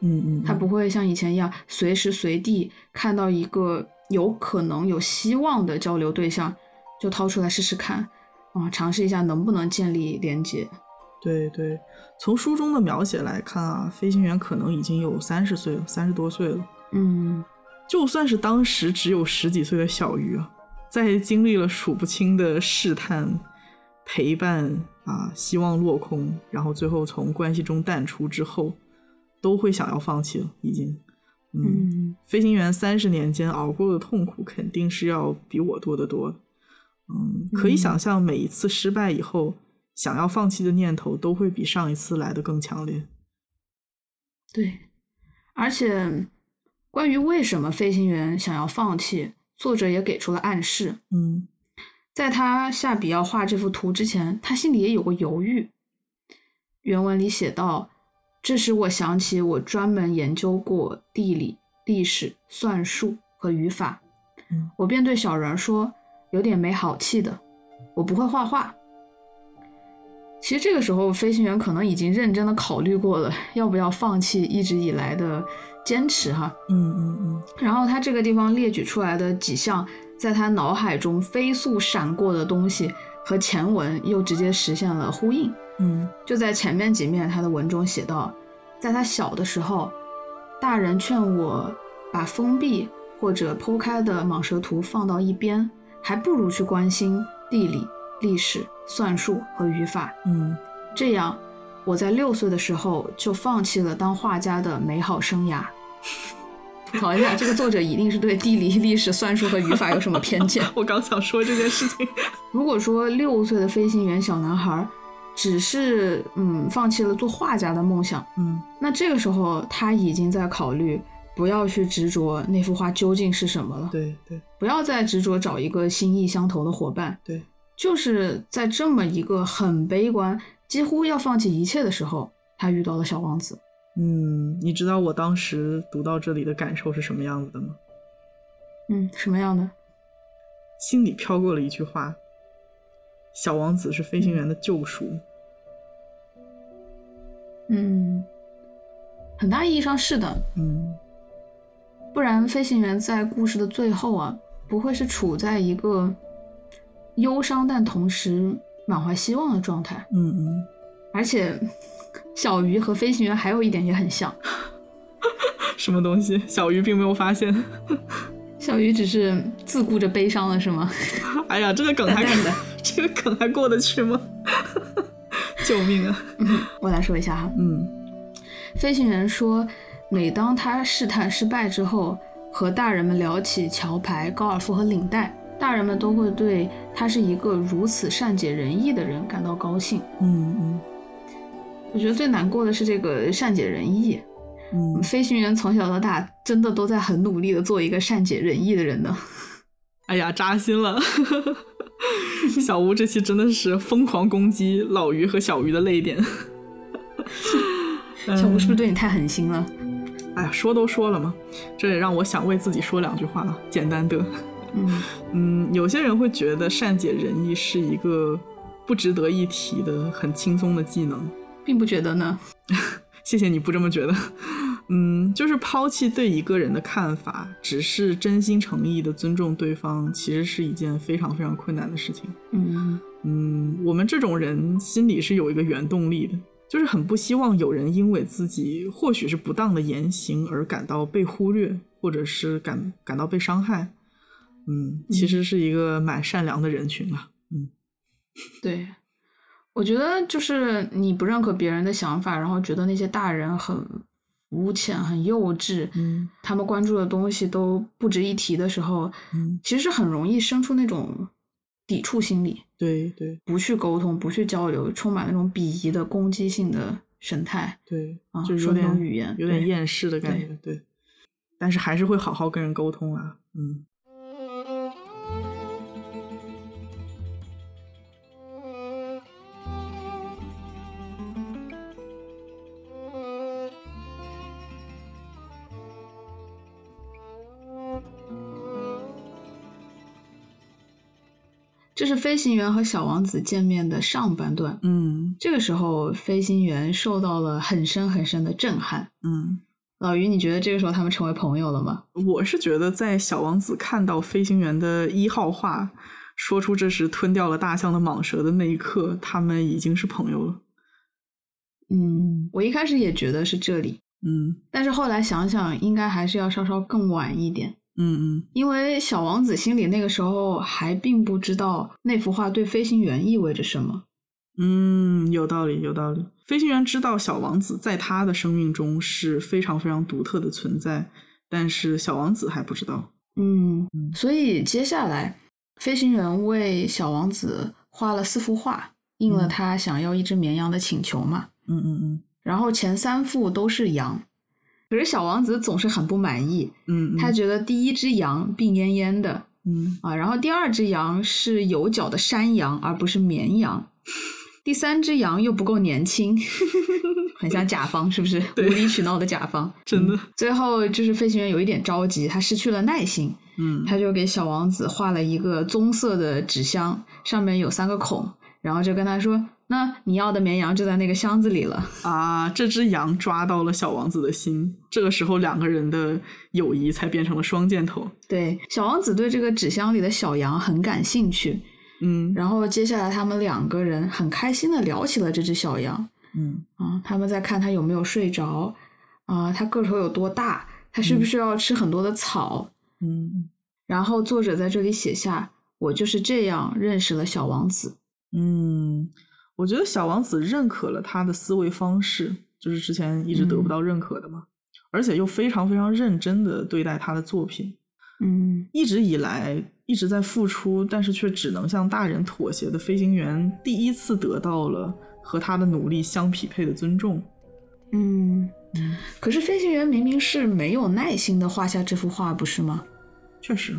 S1: 嗯嗯，
S2: 他不会像以前一样随时随地看到一个有可能有希望的交流对象，就掏出来试试看，啊，尝试一下能不能建立连接。
S1: 对对，从书中的描写来看啊，飞行员可能已经有三十岁了，三十多岁了。
S2: 嗯，
S1: 就算是当时只有十几岁的小鱼啊，在经历了数不清的试探、陪伴啊，希望落空，然后最后从关系中淡出之后，都会想要放弃了，已经。嗯，
S2: 嗯，
S1: 飞行员三十年间熬过的痛苦，肯定是要比我多得多的。嗯，可以
S2: 嗯
S1: 想象，每一次失败以后，想要放弃的念头都会比上一次来的更强烈。
S2: 对。而且，关于为什么飞行员想要放弃，作者也给出了暗示。
S1: 嗯
S2: 在他下笔要画这幅图之前，他心里也有过犹豫。原文里写道：“这使我想起我专门研究过地理、历史、算术和语法
S1: 嗯，
S2: 我便对小人说，有点没好气的，我不会画画。”其实这个时候，飞行员可能已经认真的考虑过了，要不要放弃一直以来的坚持哈。
S1: 嗯嗯嗯，
S2: 然后他这个地方列举出来的几项在他脑海中飞速闪过的东西，和前文又直接实现了呼应。
S1: 嗯
S2: 就在前面几面，他的文中写道，在他小的时候，大人劝我把封闭或者剖开的蟒蛇图放到一边，还不如去关心地理、历史、算术和语法。
S1: 嗯
S2: 这样，我在六岁的时候就放弃了当画家的美好生涯。 吐槽一下，这个作者一定是对地理、历史、算术和语法有什么偏见
S1: 嗯，。 我刚想说这件事情。
S2: 如果说六岁的飞行员小男孩只是嗯放弃了做画家的梦想，
S1: 嗯
S2: 那这个时候他已经在考虑不要去执着那幅画究竟是什么了，，
S1: 对对
S2: 不要再执着找一个心意相投的伙伴，
S1: 对，
S2: 就是在这么一个很悲观、几乎要放弃一切的时候，他遇到了小王子。
S1: 嗯，你知道我当时读到这里的感受是什么样子的吗？
S2: 嗯，什么样的？
S1: 心里飘过了一句话：“小王子是飞行员的救赎。
S2: 嗯，很大意义上是的，
S1: 嗯
S2: 不然飞行员在故事的最后啊，不会是处在一个忧伤但同时满怀希望的状态。
S1: 嗯嗯，
S2: 而且，小鱼和飞行员还有一点也很像，
S1: 什么东西？小鱼并没有发现。
S2: 小鱼只是自顾着悲伤了，是吗？
S1: 哎呀，这个梗还
S2: 淡淡的
S1: 这个梗还过得去吗？ 救命啊！
S2: 我来说一下哈，
S1: 嗯
S2: 飞行员说，每当他试探失败之后，和大人们聊起桥牌、高尔夫和领带，大人们都会对他是一个如此善解人意的人感到高兴。
S1: 嗯
S2: 我觉得最难过的是这个善解人意。
S1: 嗯嗯
S2: 飞行员从小到大真的都在很努力的做一个善解人意的人呢。
S1: 哎呀，扎心了！ 小吴这期真的是疯狂攻击老于和小鱼的泪点。
S2: 小
S1: 嗯
S2: 吴是不是对你太狠心了？
S1: 哎呀，说都说了嘛，这也让我想为自己说两句话，简单的。
S2: 嗯，
S1: 嗯，有些人会觉得善解人意是一个不值得一提的、很轻松的技能。
S2: 并不觉得呢。
S1: 谢谢你不这么觉得。嗯，就是抛弃对一个人的看法，只是真心诚意的尊重对方，其实是一件非常非常困难的事情。
S2: 嗯
S1: 嗯，我们这种人心里是有一个原动力的，就是很不希望有人因为自己或许是不当的言行而感到被忽略，或者是感感到被伤害。嗯，其实是一个蛮善良的人群啊。
S2: 对，我觉得就是你不认可别人的想法，然后觉得那些大人很无浅、很幼稚，
S1: 嗯
S2: 他们关注的东西都不值一提的时候，
S1: 嗯，
S2: 其实很容易生出那种抵触心理，
S1: 对对
S2: 不去沟通、不去交流，充满那种鄙夷的攻击性的神态
S1: 对，
S2: 啊，
S1: 就是有
S2: 说那种
S1: 点
S2: 语言
S1: 有点
S2: 对
S1: 厌世的感觉。对，但是还是会好好跟人沟通啊。嗯。
S2: 这是飞行员和小王子见面的上半段。
S1: 嗯
S2: 这个时候，飞行员受到了很深很深的震撼。
S1: 嗯，
S2: 老于，你觉得这个时候他们成为朋友了吗？
S1: 我是觉得在小王子看到飞行员的一号话，说出这时吞掉了大象的蟒蛇的那一刻，他们已经是朋友了。
S2: 嗯，我一开始也觉得是这里，
S1: 嗯
S2: 但是后来想想，应该还是要稍稍更晚一点，
S1: 嗯嗯，
S2: 因为小王子心里那个时候还并不知道那幅画对飞行员意味着什么。
S1: 嗯，有道理，有道理。飞行员知道小王子在他的生命中是非常非常独特的存在，但是小王子还不知道。
S2: 嗯，所以接下来，飞行员为小王子画了四幅画，应了
S1: 嗯
S2: 他想要一只绵羊的请求嘛。
S1: 嗯嗯
S2: 然后前三幅都是羊，可是小王子总是很不满意，
S1: 嗯嗯，
S2: 他觉得第一只羊病恹恹的
S1: 嗯
S2: 啊，然后第二只羊是有角的山羊，而不是绵羊。第三只羊又不够年轻， 很像甲方，是不是？无
S1: 对
S2: 理取闹的甲方。
S1: 真的
S2: 最后就是飞行员有一点着急，他失去了耐心，
S1: 嗯
S2: 他就给小王子画了一个棕色的纸箱，上面有三个孔，然后就跟他说：“那你要的绵羊就在那个箱子里了。
S1: 啊，这只羊抓到了小王子的心，这个时候两个人的友谊才变成了双箭头。”
S2: 对，小王子对这个纸箱里的小羊很感兴趣，
S1: 嗯
S2: 然后接下来他们两个人很开心的聊起了这只小羊
S1: 嗯。
S2: 啊，他们在看它有没有睡着啊，它个头有多大，它需不需要吃很多的草。
S1: 嗯
S2: 然后作者在这里写下：“我就是这样认识了小王子。”
S1: 嗯，我觉得小王子认可了他的思维方式，就是之前一直得不
S2: 嗯
S1: 到认可的嘛，而且又非常非常认真的对待他的作品，
S2: 嗯
S1: 一直以来一直在付出，但是却只能向大人妥协的飞行员，第一次得到了和他的努力相匹配的尊重。
S2: 嗯，可是飞行员明明是没有耐心的画下这幅画，不是吗？
S1: 确实，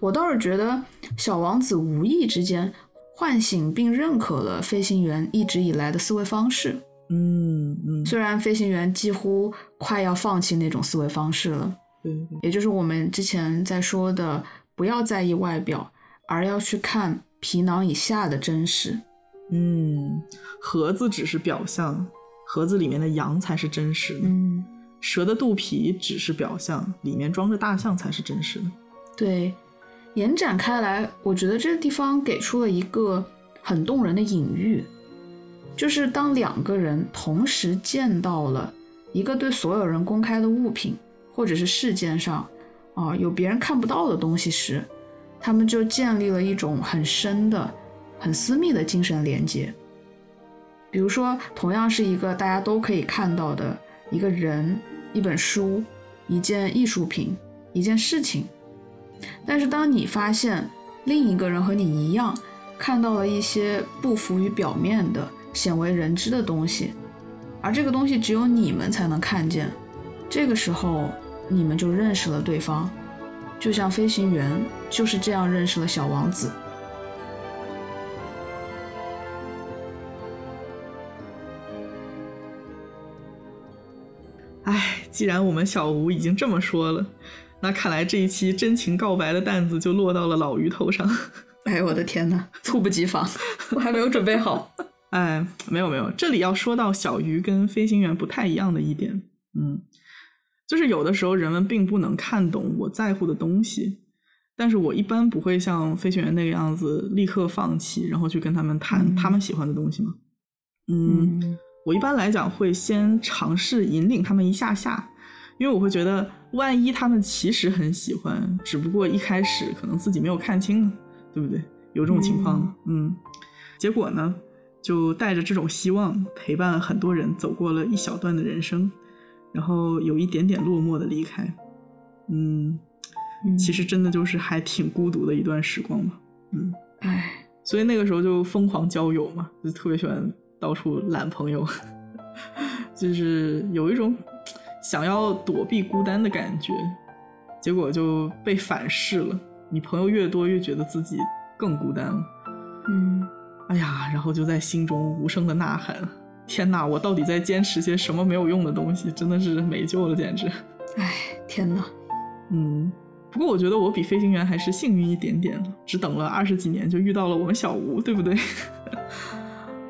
S2: 我倒是觉得小王子无意之间唤醒并认可了飞行员一直以来的思维方式。
S1: 嗯嗯，
S2: 虽然飞行员几乎快要放弃那种思维方式了，
S1: 对对，
S2: 也就是我们之前在说的，不要在意外表，而要去看皮囊以下的真实。
S1: 嗯，盒子只是表象，盒子里面的羊才是真实的。
S2: 嗯，
S1: 蛇的肚皮只是表象，里面装着大象才是真实的。
S2: 对。延展开来，我觉得这个地方给出了一个很动人的隐喻，就是当两个人同时见到了一个对所有人公开的物品或者是事件上，啊、有别人看不到的东西时，他们就建立了一种很深的、很私密的精神连接。比如说，同样是一个大家都可以看到的一个人、一本书、一件艺术品、一件事情，但是当你发现另一个人和你一样，看到了一些不浮于表面的、鲜为人知的东西，而这个东西只有你们才能看见，这个时候你们就认识了对方，就像飞行员就是这样认识了小王子。
S1: 唉，既然我们小吴已经这么说了，那看来这一期真情告白的担子就落到了老于头上。
S6: 哎呦我的天呐，猝不及防，我还没有准备好。
S1: 哎，没有没有，这里要说到小鱼跟飞行员不太一样的一点，嗯，就是有的时候人们并不能看懂我在乎的东西，但是我一般不会像飞行员那个样子立刻放弃，然后去跟他们谈他们喜欢的东西嘛。嗯，我一般来讲会先尝试引领他们一下下，因为我会觉得，万一他们其实很喜欢，只不过一开始可能自己没有看清呢，对不对？有这种情况吗，嗯。结果呢，就带着这种希望，陪伴了很多人走过了一小段的人生，然后有一点点落寞的离开。嗯，其实真的就是还挺孤独的一段时光吧。嗯，
S6: 哎，
S1: 所以那个时候就疯狂交友嘛，就特别喜欢到处揽朋友， 就是有一种想要躲避孤单的感觉，结果就被反噬了。你朋友越多，越觉得自己更孤单了。
S6: 嗯，
S1: 哎呀，然后就在心中无声的呐喊：天哪，我到底在坚持些什么没有用的东西？真的是没救了，简直。
S6: 哎，天呐，
S1: 嗯，不过我觉得我比飞行员还是幸运一点点，只等了二十几年就遇到了我们小吴，对不对？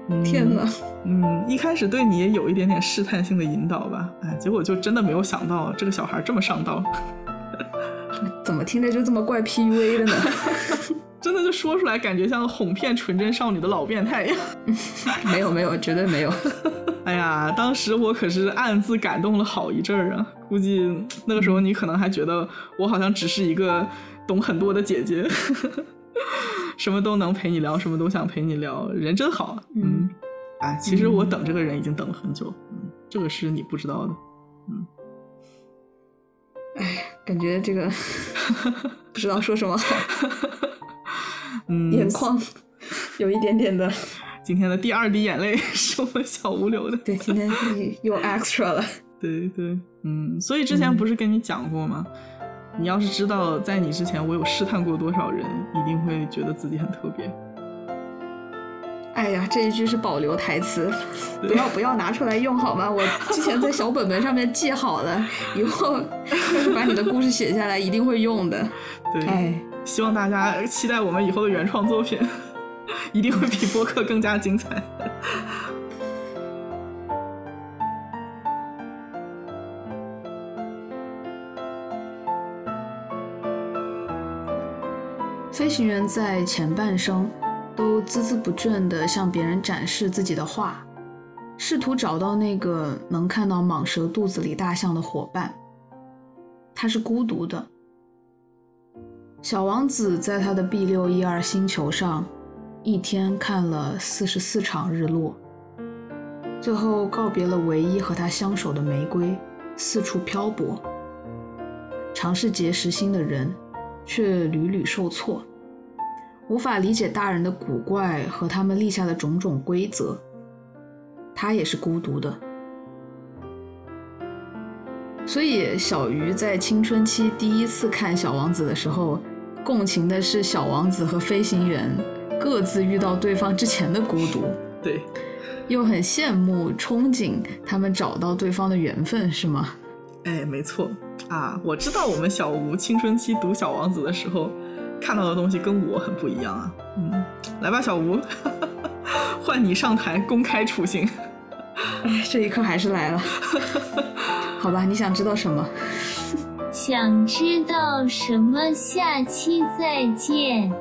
S1: 嗯
S6: 天呐，
S1: 嗯，一开始对你也有一点点试探性的引导吧，哎，结果就真的没有想到这个小孩这么上道，
S6: 怎么听着就这么怪 PUA 的呢？
S1: 真的就说出来感觉像哄骗纯真少女的老变态一样。
S6: 没有没有，绝对没有。
S1: 哎呀，当时我可是暗自感动了好一阵儿啊！估计那个时候你可能还觉得我好像只是一个懂很多的姐 姐，什么都能陪你聊，什么都想陪你聊，人真好。嗯，哎，其实我等这个人已经等了很久，嗯，这个是你不知道的。
S6: 感觉这 个不知道说什么好，
S1: 嗯，
S6: 眼眶有一点点的。
S1: 今天的第二滴眼泪 是我们小无流的。
S6: 对，今天又 extra 了。
S1: 对对，嗯，所以之前不是跟你讲过吗？你要是知道，在你之前我有试探过多少人，一定会觉得自己很特别。
S6: 哎呀，这一句是保留台词，
S1: 对
S6: 不要不要拿出来用好吗？我之前在小本本上面记好了，以后 要是把你的故事写下来，一定会用的。
S1: 对，
S6: 哎，
S1: 希望大家期待我们以后的原创作品， 一定会比播客更加精彩。
S2: 飞行员在前半生都孜孜不倦地向别人展示自己的画，试图找到那个能看到蟒蛇肚子里大象的伙伴。他是孤独的。小王子在他的 B 六一二星球上，一天看了四十四场日落，最后告别了唯一和他相守的玫瑰，四处漂泊，尝试结识新的人。却屡屡受挫，无法理解大人的古怪和他们立下的种种规则。他也是孤独的，所以小鱼在青春期第一次看《小王子》的时候，共情的是小王子和飞行员各自遇到对方之前的孤独，
S1: 对，
S2: 又很羡慕、憧憬他们找到对方的缘分，是吗？
S1: 哎，没错啊，我知道我们小吴青春期读《小王子》的时候看到的东西跟我很不一样啊。嗯，来吧，小吴， 换你上台公开处刑。
S6: 哎，这一刻还是来 了。好吧，你想知道什么？
S7: 想知道什么？下期再见。